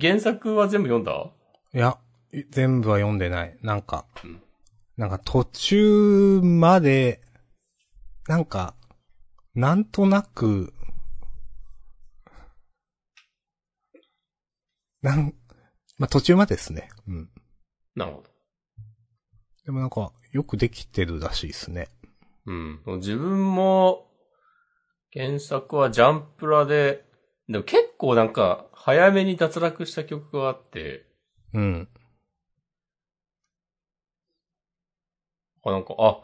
A: 原作は全部読んだ
B: いや、い全部は読んでない。なんか、
A: うん
B: なんか途中まで、なんか、なんとなく、なん、まあ、途中までですね。うん。
A: なるほど。
B: でもなんか、よくできてるらしいですね。
A: うん。自分も、原作はジャンプラで、でも結構なんか、早めに脱落した曲があって、
B: うん。
A: あ、なんか、あ、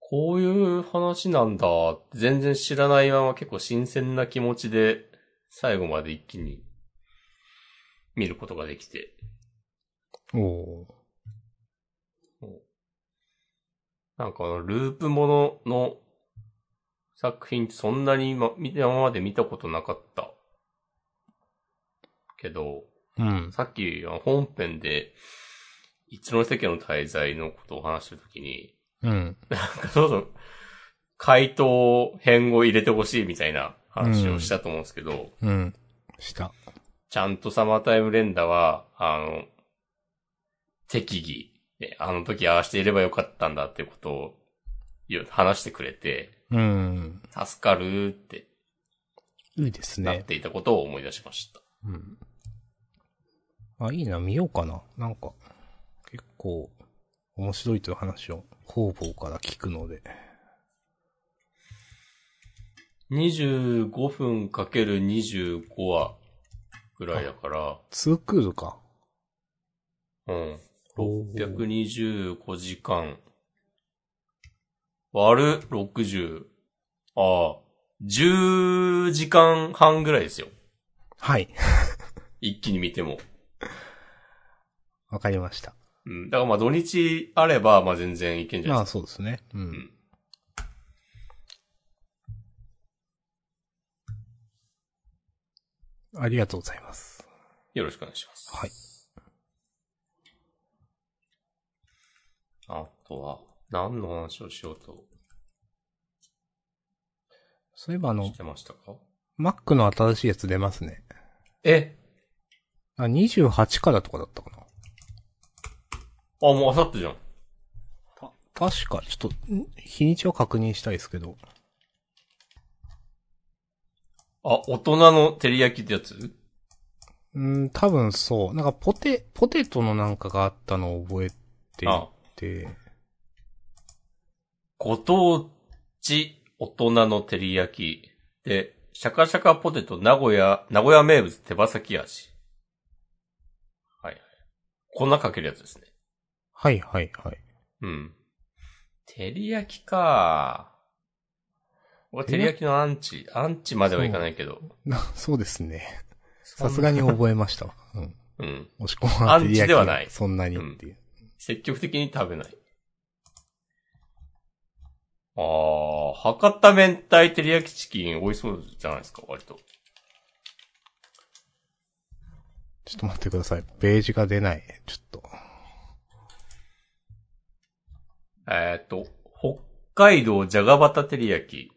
A: こういう話なんだ、全然知らないまま結構新鮮な気持ちで、最後まで一気に、見ることができて。
B: おお
A: なんかあの、ループものの作品ってそんなに今、見て今まで見たことなかった。けど、
B: ー。うん。
A: さっきあの本編で、一ノ瀬家の滞在のことをお話しするときに、
B: うん。
A: なんかそうそう、回答編を入れてほしいみたいな話をしたと思うんですけど、
B: うん。した。
A: ちゃんとサマータイム連打は、あの、適宜、ね、あの時ああしていればよかったんだってことを言う、話してくれて、
B: うん。
A: 助かるって
B: いいです
A: なっ
B: ね。
A: ていたことを思い出しました。
B: うん。あ、いいな、見ようかな。なんか、結構、面白いという話を、方々から聞くので。
A: 25分かける25話ぐらいだから、
B: ツークールか。
A: うん。
B: おー
A: 625時間。割る60。ああ。10時間半ぐらいですよ。
B: はい。
A: 一気に見ても。
B: わかりました。
A: うん。だからまあ土日あれば、まあ全然いけんじゃない
B: まあ、
A: です
B: そうですね。うん。ありがとうございます。
A: か。よろしくお願いします。
B: はい。
A: あとは、何の話をしようと
B: そういえば、あの
A: し、てましたか
B: Mac の新しいやつ出ますね。
A: え
B: あ、28からとかだったかな。
A: あ、もうあさってじゃん。
B: 確か、ちょっと、ん日にちは確認したいですけど。
A: あ、大人の照り焼きってやつ
B: うん、多分そう。なんかポテ、ポテトのなんかがあったのを覚えてい
A: あ
B: て、
A: ご当地大人の照り焼き。で、シャカシャカポテト名古屋、名古屋名物手羽先味。はいはい。粉かけるやつですね。
B: はいはいはい。
A: うん。照り焼きか俺、照り焼きのアンチ、アンチまではいかないけど。
B: な、そうですね。さすがに覚えましたわ。うん。
A: うん。
B: 押し込まれて
A: アンチではない
B: そんなにっていう。
A: 積極的に食べない。あー、博多明太照り焼きチキン美味しそうじゃないですか、割と。
B: ちょっと待ってください。ページが出ない。ちょっと。
A: えーっと、北海道じゃがバタ照り焼き、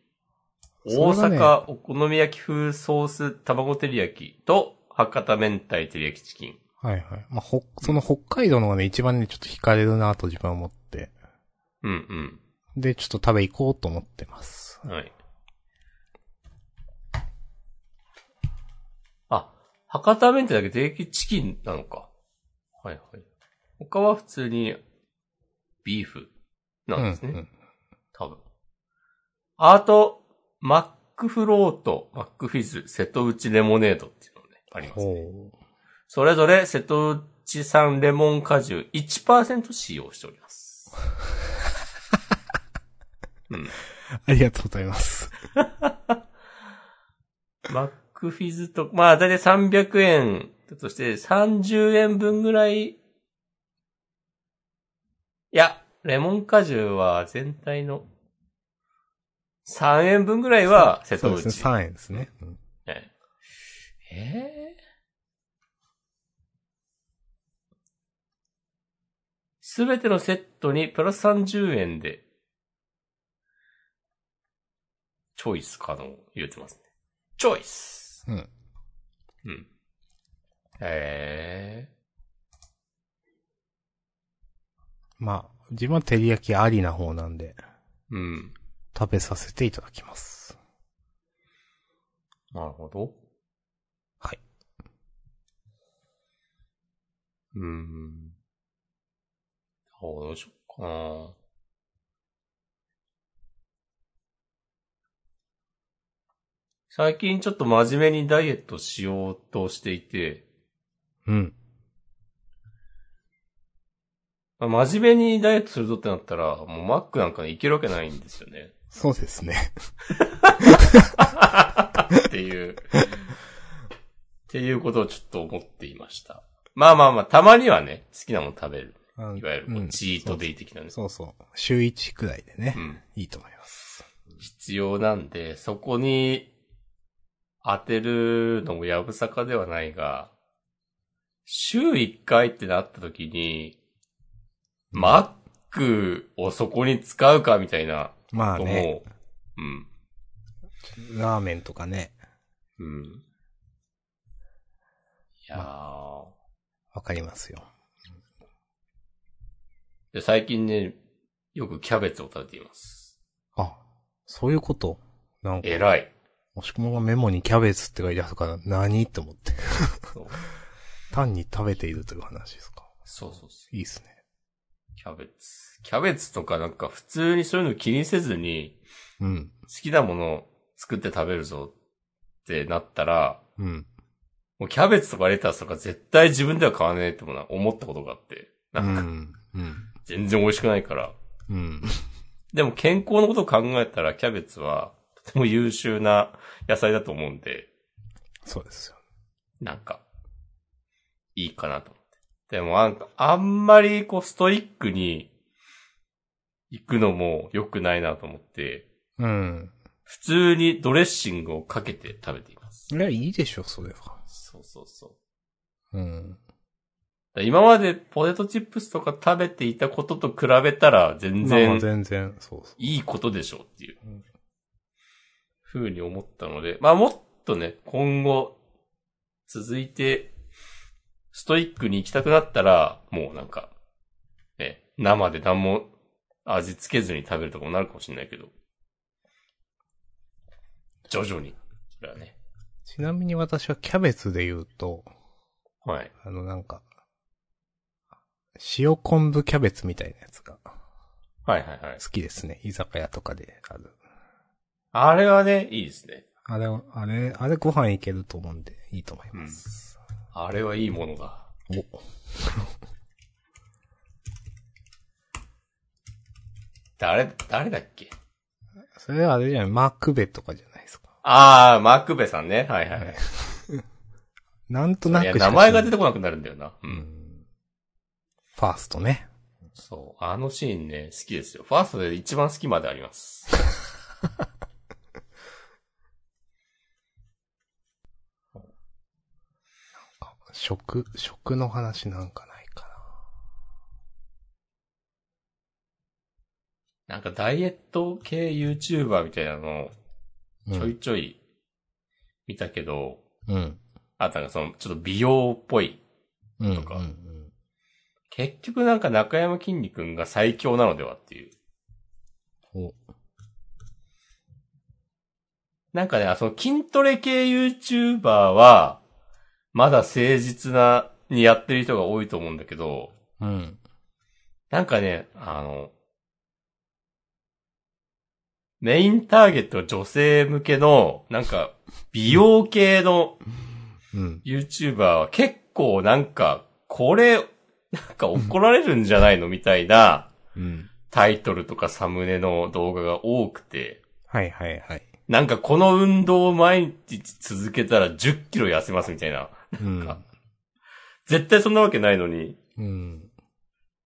A: 大
B: それ
A: 阪
B: が
A: お好み焼き風ソース卵照り焼きと博多明太照り焼きチキン。
B: はいはい。まあ、ほ、その北海道のがね、一番ね、ちょっと惹かれるなと自分は思って。
A: うん
B: で、ちょっと食べ行こうと思ってます。
A: うん。はい。あ、博多明太だけ照り焼きチキンなのか。はいはい。他は普通にビーフなんですね。
B: うんうん。
A: 多分。あと、マックフロート、マックフィズ、瀬戸内レモネードっていうのね、ありますね。
B: ほう。
A: それぞれ瀬戸内産レモン果汁1%使用しております。 うん。
B: ありがとうございます。
A: マックフィズと、まあ、だいたい300円だとして30円分ぐらい、いや、レモン果汁は全体の3円分ぐらいは瀬
B: そ
A: 戸
B: うです
A: 内。
B: ね、3円ですね。うん
A: ねえすべてのセットにプラス30円で、チョイス可能、言ってますね。チョイス
B: うん。
A: うん。へえ
B: まあ、自分は照り焼きありな方なんで、
A: うん。
B: 食べさせていただきます。
A: なるほど。
B: はい。
A: うん。どうしよっかな。最近ちょっと真面目にダイエットしようとしていて、
B: うん。
A: まあ真面目にダイエットするぞってなったら、もうマックなんかに行けるわけないんですよ ね。
B: そうですね。
A: っていう、っていうことをちょっと思っていました。まあまあまあ、たまにはね、好きなもの食べる。
B: いわ
A: いわゆるこう、チートデイ的なね。
B: そうそう。週1くらいでね
A: う、ん。
B: いいと思います。
A: 必要なんで、そこに当てるのもやぶさかではないが、週一回ってなった時に、マックをそこに使うかみたいな、
B: まあ
A: と
B: ね、
A: もう、うん。
B: ラーメンとかね、
A: うん。いやー。
B: わかりますよ。
A: で、最近ね、よくキャベツを食べています。
B: あ、そういうことなんか、
A: 偉い。
B: もしくもメモにキャベツって書いてあるから、何って思って。
A: そう
B: 単に食べているという話ですか。
A: そうそうそう。
B: いいですね。
A: キャベツ。キャベツとかなんか普通にそういうの気にせずに、
B: うん。
A: 好きなものを作って食べるぞってなったら、
B: うん。
A: もうキャベツとかレタスとか絶対自分では買わねえってもな思ったことがあって。
B: う
A: なんか
B: ん。うん。
A: 全然美味しくないから。
B: うん。
A: でも健康のことを考えたらキャベツはとても優秀な野菜だと思うんで、
B: そうですよ。
A: なんか、いいかなと思って。でもなんか、あんまりこうストイックに行くのも良くないなと思って、
B: うん。
A: 普通にドレッシングをかけて食べています。
B: いや、いいでしょ、それは。
A: そうそうそう。
B: うん。
A: だから今までポテトチップスとか食べていたことと比べたら全
B: まあ
A: 然
B: 全然、そうそ
A: いいことでしょうっていう
B: うん、
A: ふうに思ったので、まあもっとね、今後、続いて、ストイックに行きたくなったら、もうなんか、ね、生で何も味付けずに食べるとかもなるかもしれないけど、徐々に、それはね。
B: う。ちなみに私はキャベツで言うと、
A: はい。
B: あの、なんか、塩昆布キャベツみたいなやつが
A: はいはいはい。
B: 好きですね。居酒屋とかである。
A: あれはね、いいですね。
B: あれ、あれ、あれご飯いけると思うんで、いいと思います。
A: あれはいいものだ。
B: お。
A: 誰、誰だっけ
B: それはあれじゃない、マークベとかじゃないですか。
A: あー、マクベさんね。はいはいはい。
B: なんとない
A: や、
B: く
A: 名前が出
B: て
A: てこなくなるんだよな。う。
B: うんん。ファーストね。
A: そう。あのシーンね、好きですよ。ファーストで一番好きまであります。
B: 食、食の話なんかないか
A: なんかダイエット系 YouTuber みたいなの
B: な。
A: ち
B: う
A: ょ
B: ん
A: い。ちょい見たけど、
B: うん。
A: あとなんかその、ちょっと美容っぽい。
B: うん。
A: とか
B: うんうん
A: 結局なんか中山きんに君が最強なのではっていう。
B: お
A: なんかね、あその筋トレ系 YouTuber は、まだ誠実な、にやってる人が多いと思うんだけど、
B: うん。
A: なんかね、あの、メインターゲット女性向けの、なんか、美容系の
B: うん。
A: YouTuber は結構なんか、これ、なんか怒られるんじゃないのみたいな
B: うん。
A: タイトルとかサムネの動画が多くて、
B: はいはいはい。
A: なんかこの運動を毎日続けたら10キロ痩せますみたいな。
B: うん。
A: 絶対そんなわけないのに、
B: うん。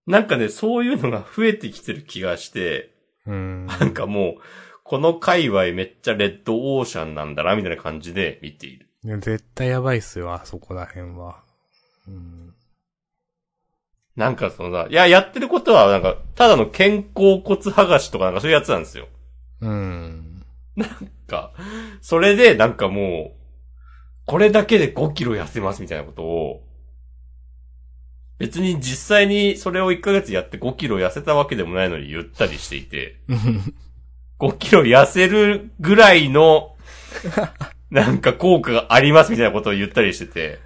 A: なんかね、そういうのが増えてきてる気がして、
B: うん。
A: なんかもう、この界隈めっちゃレッドオーシャンなんだな、みたいな感じで見ている。
B: いや絶対やばいっすよ、あそこら辺は。うん。
A: なんかそのさ、いや、やってることは、なんか、ただの肩甲骨剥がしとかなんかそういうやつなんですよ。
B: うん。
A: か、それでなんかもう、これだけで5キロ痩せますみたいなことを、別に実際にそれを1ヶ月やって5キロ痩せたわけでもないのに言ったりしていて、5キロ痩せるぐらい の、なんか効果がありますみたいなことを言ったりしてて、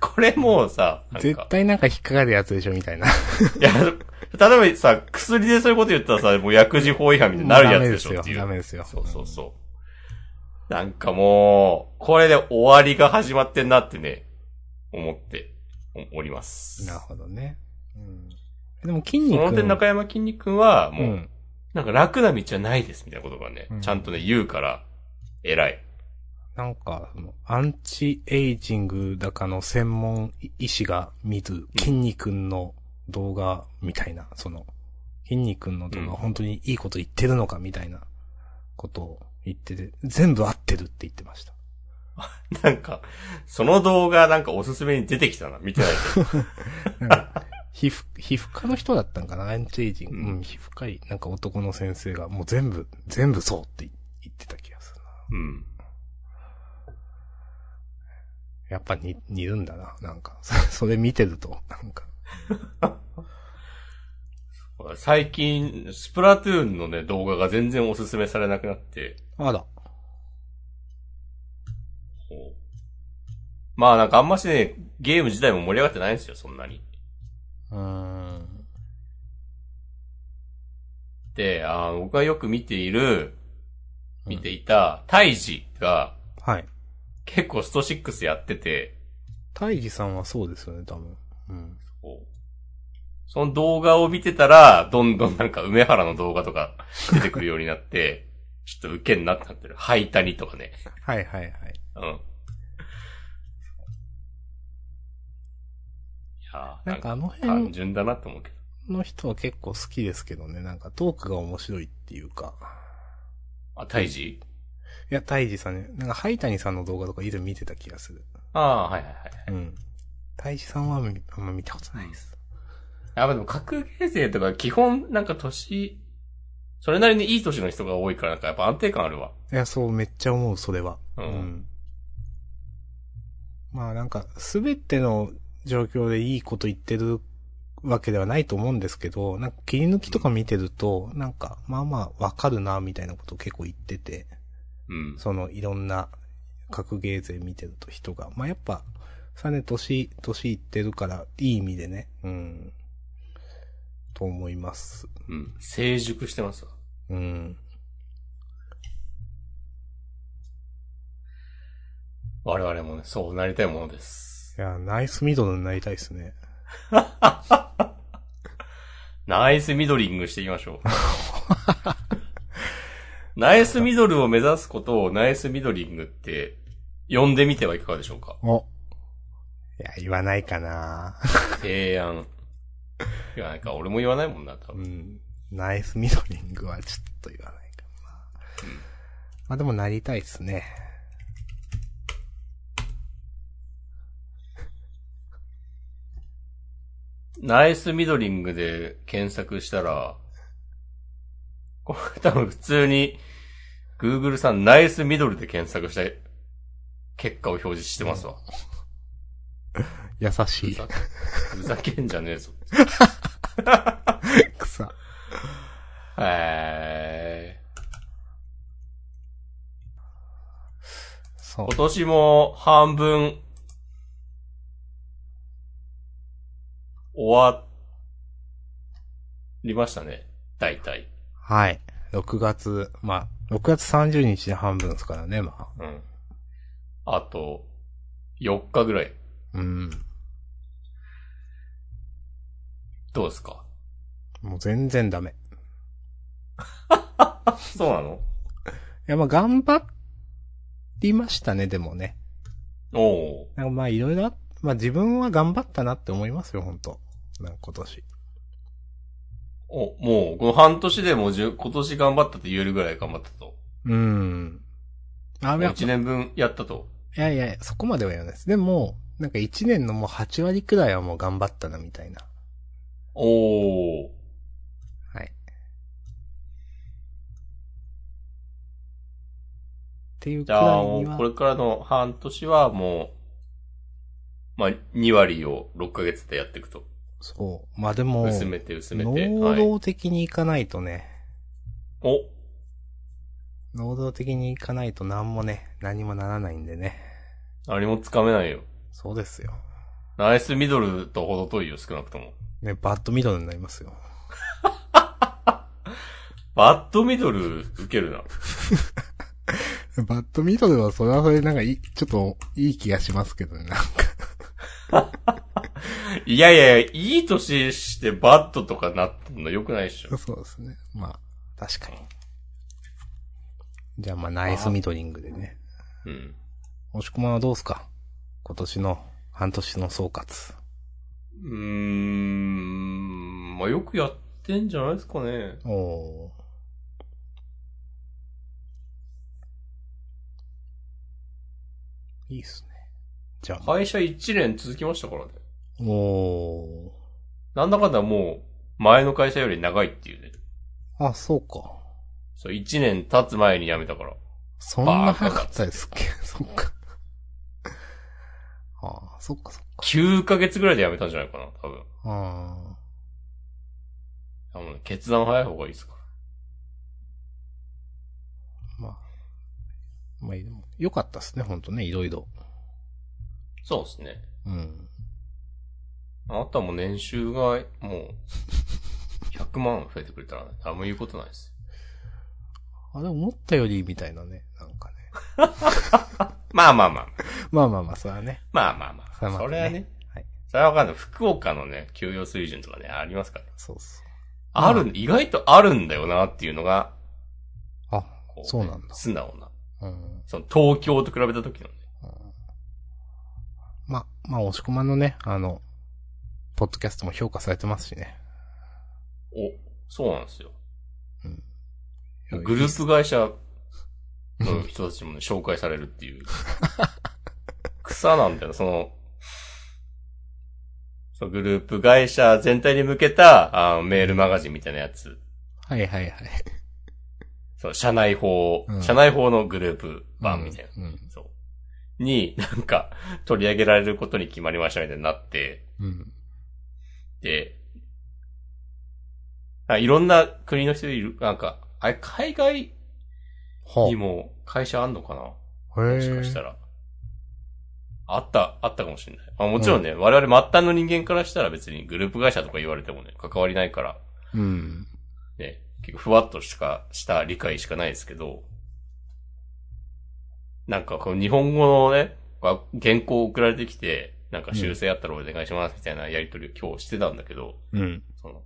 A: これもうさ、なん
B: 絶
A: か、
B: 対なんか引っかかるやつでしょ、みたいな。
A: いや、例えばさ、薬でそういうこと言ったらさ、もう薬事法違反みたいになるやつでしょっていう。
B: ダメですよ。ダメです
A: そうそ
B: よ。
A: うそう。なんかもう、これで終わりが始まってんなってね、思っておおります。
B: なるほどね。うん。でも筋
A: そ
B: 肉。
A: の点中山きんに君は、
B: う
A: もう、
B: ん。
A: なんか楽な道はないですみたいなことがね、
B: うん
A: ちゃんとね、言うから、偉い。
B: なんか、そのアンチエイジングだかの専門医師が見る、筋肉の動画みたいな、その、筋肉の動
A: うん
B: 画本当にいいこと言ってるのかみたいなことを言ってて、全部合ってるって言ってました。
A: なんか、その動画なんかおすすめに出てきたな、見てない けど。
B: なんか皮膚、皮膚科の人だったんかなアンチエイジング。
A: うん
B: うん、皮膚科医、なんか男の先生が、もう全部、全部そうって言ってた気がするな。
A: うん。
B: やっぱに、似るんだな、なんか。そ それ見てると、なんか。
A: 最近、スプラトゥーンのね、動画が全然おすすめされなくなって、
B: あら。
A: こうまあなんかあんましね、ゲーム自体も盛り上がってないんですよ、そんなに。
B: うーん。
A: で、あー僕がよく見ている、見ていた、タイジが、
B: はい。
A: 結構スト6やってて、
B: 大義さんはそうですよね、多分。うん。
A: こうその動画を見てたら、どんどんなんか梅原の動画とか出てくるようになって、 ちょっとウケになってなってる。ハイタニとかね。
B: はいはいはい。
A: うん。いやー
B: なんかあの
A: 単
B: 辺
A: 純だなと思うけど。
B: の人は結構好きですけどね、なんかトークが面白いっていうか。
A: あ、タイジ
B: いや、大義さんね、なんか灰谷さんの動画とか以前見てた気がする。
A: ああー、はいはいはい。
B: うん。大義さんはあんま見たことないです。
A: あ、まあでも格ゲー勢とか基本なんか年、それなりにいい年の人が多いからなんかやっぱ安定感あるわ。
B: いや、そう、めっちゃ思う、それは。
A: うん
B: まあなんか、すべての状況でいいこと言ってるわけではないと思うんですけど、なんか切り抜きとか見てると、なんか、まあまあわかるな、みたいなことを結構言ってて。
A: うん。
B: そのいろんな格ゲー勢見てると人が。まあ、やっぱ、さね、年、年いってるから、いい意味でね。うん。と思います。
A: うん。成熟してますわ。
B: うん。
A: 我々もね、そうなりたいものです。
B: いや、ナイスミドルになりたいですね。
A: ナイスミドリングしていきましょう。ナイスミドルを目指すことをナイスミドリングって呼んでみてはいかがでしょうか
B: お。いや、言わないかな
A: 提案。いや、なんか俺も言わないもんな、多
B: う
A: 分。
B: ん。ナイスミドリングはちょっと言わないかな。まあ、でもなりたいですね。
A: ナイスミドリングで検索したら、これ多分普通に、Google さんナイスミドルで検索して、結果を表示してますわ。
B: 優し
A: ふ
B: い
A: ざ。ふざけんじゃねえぞ。
B: 草。
A: へー
B: そう
A: 今。年も半分、終わりましたね。大体。
B: はい。6月、まあ、6月30日で半分ですからね、まあ。
A: うん。あと、4日ぐらい。
B: うん。
A: どうですか
B: もう全然ダメ。
A: そうなの
B: いや、まあ頑張りましたね、でもね。
A: おお。
B: なんかまあいろいろあ、まあ自分は頑張ったなって思いますよ、本当なんか今年。
A: お、もう、この半年でもうじゅ、今年頑張ったって言えるぐらい頑張ったと。
B: うん。あ、いや、
A: 1年分やったと。
B: いやいや、そこまでは言わないです。でも、なんか1年のもう8割くらいはもう頑張ったな、みたいな。
A: おー。
B: はい。っていうく
A: じ
B: らい
A: ゃあ、も
B: に
A: う
B: は
A: こ、れからの半年はもう、まあ、2割を6ヶ月でやっていくと。
B: そう。まあでも、
A: 薄めて薄めて。
B: 能
A: はい。
B: 動的にいかないとね、
A: お、
B: 能動的にいかないと何もね、何もならないんでね。
A: 何もつかめないよ。
B: そうですよ。
A: ナイスミドルと程遠いよ、少なくとも。
B: ね、バッドミドルになりますよ。
A: バッドミドル受けるな。
B: バッドミドルはそれはそれでなんかいい、ちょっといい気がしますけどね。なんか
A: いやいやいや、いい年してバッドとかなったの良くないっしょ。
B: そうですね。まあ、確かに。じゃあまあ、ナイスミドリングでね。
A: うん。
B: 押し込まはどうすか今年の半年の総括。
A: うーん、まあ、よくやってんじゃないですかね。
B: おおー。いいっすね。じゃあ、
A: 会社1年続きましたからね。
B: おお
A: なんだかんだもう、前の会社より長いっていうね。
B: ー。あ、そうか。
A: そう、1年経つ前に辞めたから。
B: そんな早かったですっけ そっか。ああ、そっかそっか。
A: 9ヶ月ぐらいで辞めたんじゃないかな、多分。
B: ああ。
A: あの決断早い方がいいですから。
B: まあ。まあ、でもよかったっすね、ほんとね、いろいろ。
A: そうですね。
B: うん。
A: あなたも年収が、もう、100万増えてくれたら、あんま言うことないです。
B: あ、でも思ったより、みたいなね、なんかね。
A: まあまあまあ。
B: まあまあまあ、それはね。
A: まあまあま
B: それ
A: あ。
B: はまた
A: そ
B: ね
A: れはね。
B: はい
A: それはわかんない。福岡のね、給与水準とかね、ありますからね。
B: そうそう。
A: ある、意外とあるんだよなっていうのが、
B: あ、
A: こ
B: そうなんだ
A: 素直な。
B: うん。
A: その東京と比べた時のね。
B: ま、まあ、押し込まんのね、あの、ポッドキャストも評価されてますしね。
A: お、そうなんですよ。
B: いや
A: グ
B: いい
A: ル
B: っす
A: ープ会社の人たちもね、紹介されるって いう。草なんだよ、その、そのグループ会社全体に向けたあメールマガジンみたいなやつ。
B: はいはいはい。
A: そう、社内法、
B: うん
A: 社内法のグループ版みたいな。
B: うん。うん
A: そう。に、なんか、取り上げられることに決まりましたみたいになって、
B: うん。
A: で、あいろんな国の人いる、なんか、あれ、海外
B: ほ
A: にも会社あんのかな
B: う。
A: もしかした
B: ら。
A: ら。あった、あったかもしれない。まあもちろんね、我々末端の人間からしたら別にグループ会社とか言われてもね、関わりないから、
B: うん。
A: ね、結構ふわっとしか、した理解しかないですけど、なんかこの日本語のね、が原稿送られてきて、なんか修正あったらお願いしますみたいなやりとりを今日してたんだけど、
B: うん。
A: その、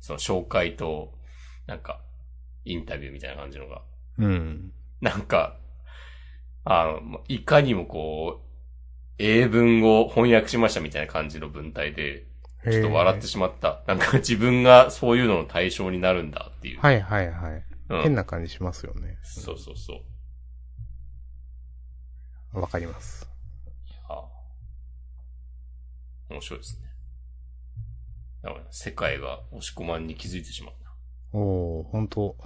A: その紹介と、なんか、インタビューみたいな感じのが、
B: うん。
A: なんか、あの、いかにもこう、英文を翻訳しましたみたいな感じの文体で、
B: へー
A: ちょっと笑ってしまった。なんか自分がそういうのの対象になるんだっていう。
B: はいはいはい。
A: うん、
B: 変な感じしますよね。
A: そうそうそう。
B: わかります。
A: あ面白いですね。だから世界が押し込まんに気づいてしまうな。
B: おお本当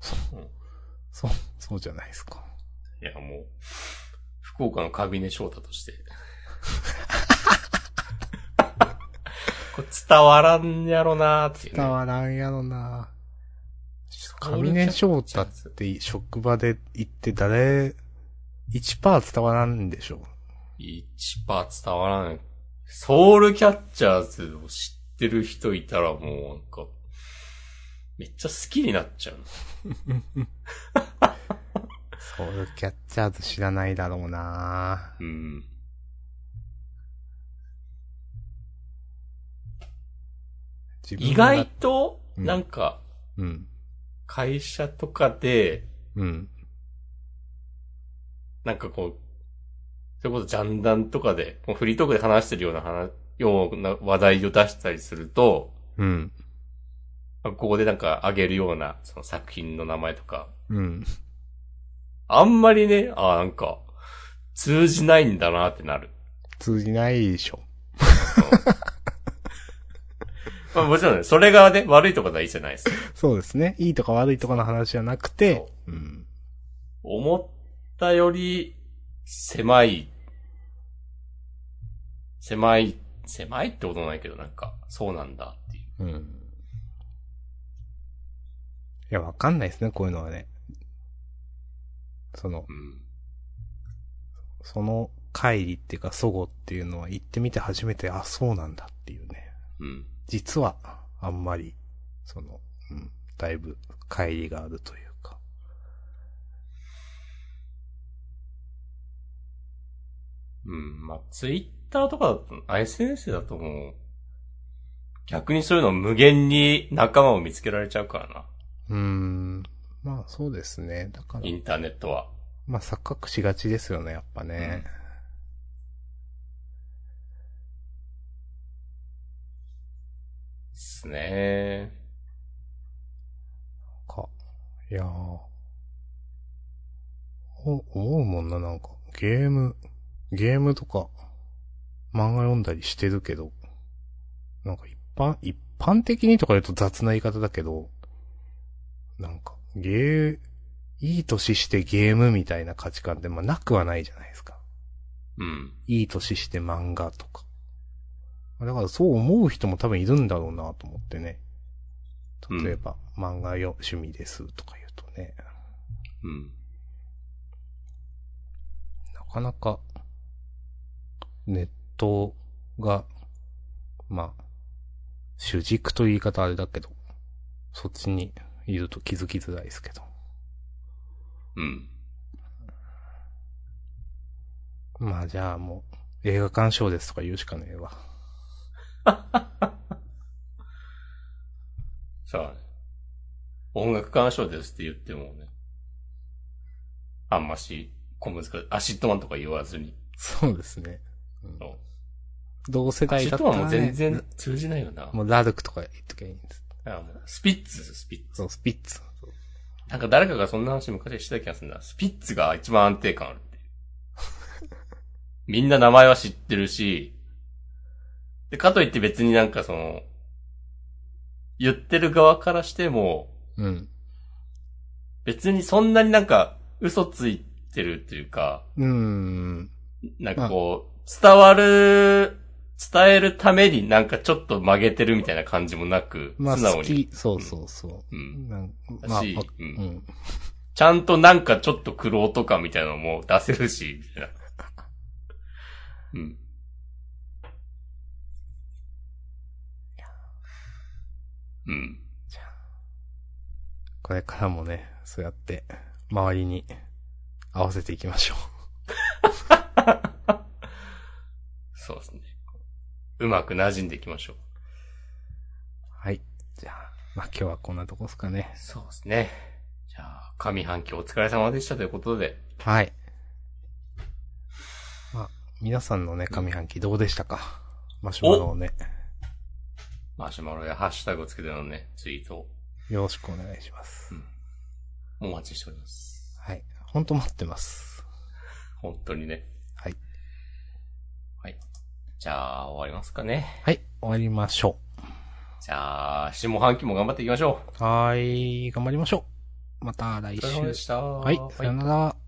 B: そう
A: うん
B: そう、そうじゃないですか。
A: いや、もう、福岡のカビネ翔太と して。これ伝わらんやろなーっていうね、
B: 伝わらんやろな
A: 俺
B: 上根翔太って職場で行って誰、1%伝わらんでしょ
A: 1%伝わらない。ソウルキャッチャーズを知ってる人いたらもうなんか、めっちゃ好きになっちゃうな。
B: ソウルキャッチャーズ知らないだろうな
A: うん。
B: 自分
A: 意
B: が
A: 外と、
B: うん
A: なんか、
B: うん。
A: 会社とかで、
B: うん。
A: なんかこう、それこそジャンダンとかで、もうフリートークで話してるような話、ような話題を出したりすると、
B: うん。
A: まあここでなんかあげるような、その作品の名前とか、
B: うん。
A: あんまりね、ああ、なんか、通じないんだなってなる。
B: 通じないでしょ。
A: まあもちろんね、それがね、悪いところはいいじゃないです。
B: そうですね。いいとか悪いとかの話じゃなくて、うん。
A: 思ったより、狭い、狭い、狭いってことないけど、なんか、そうなんだっていう。
B: うん。いや、わかんないですね、こういうのはね。その、
A: うん。
B: その乖離っていうか、祖語っていうのは言ってみて初めて、あ、そうなんだっていうね。
A: うん。
B: 実は、あんまり、その、うん、だいぶ乖離があるというか。
A: うん。まあ、ツイッターとかだと、あ SNS だともう、逆にそういうの無限に仲間を見つけられちゃうからな。
B: うーん。まあ、そうですね。だから
A: イ、ンターネットは。
B: まあ、錯覚しがちですよね、やっぱね。
A: ですね。
B: か。いやー。お思うもんな、なんか。ゲーム、ゲームとか、漫画読んだりしてるけど、なんか一般、一般的にとか言うと雑な言い方だけど、なんか、ゲー、いい年してゲームみたいな価値観って、まあ、なくはないじゃないですか。
A: うん。
B: いい年して漫画とか。だからそう思う人も多分いるんだろうなと思ってね。例えば、漫画よ、趣味ですとか言うとね、
A: うん。
B: なかなか、ネットが、まあ、主軸という言い方あれだけど、そっちにいると気づきづらいですけど。
A: うん。
B: まあじゃあもう、映画鑑賞ですとか言うしかねえわ。
A: さあ、音楽鑑賞ですって言ってもね、あんまし、小難しい。アシットマンとか言わずに。
B: そうですね。うん
A: そう
B: 同世
A: ア
B: 代
A: シ
B: だ
A: ッ
B: っ
A: ト
B: たら、
A: マ
B: ね、
A: ンも全然通じないよな。
B: もうラルクとか言っときゃいいんです。
A: あもうスピッツです、スピッツ。
B: そう、スピッツ。
A: なんか誰かがそんな話昔してた気がするな。スピッツが一番安定感あるっ ていう。みんな名前は知ってるし、で、かといって別になんかその、言ってる側からしても、
B: うん。
A: 別にそんなになんか嘘ついてるというか、
B: うーん。
A: なんかこう、伝わる、伝えるためになんかちょっと曲げてるみたいな感じもなく、
B: まあ、
A: 素直
B: 好
A: に。
B: き。そうそうそうう。
A: ん。
B: なん
A: だ
B: まあ、
A: し
B: わ
A: う
B: うんん。
A: ちゃんとなんかちょっと苦労とかみたいなのも出せるし、みたい な。うん。うん。
B: これからもね、そうやって、周りに合わせていきましょ
A: そうですね。うまく馴染んでいきましょう。
B: う。 はい。じゃあ、まあ今日はこんなとこですかね。
A: そうですね。じゃあ、上半期お疲れ様でしたということで。
B: はい。まあ、皆さんのね、上半期どうでしたかマシュマロをね、
A: マシュマロやハッシュタグをつけてのね、ツイートを
B: よろしくお願いします。
A: お待ちしております。
B: はい。ほんと待ってます。
A: 本当にね。
B: はい。
A: はい。じゃあ、終わりますかね。
B: はい、終わりましょ
A: じゃあ、下半期も頑張っていきましょ
B: う。はーい、頑張りましょう。また来
A: う。お疲れ様でし
B: 週。
A: た。
B: はい、さよなら。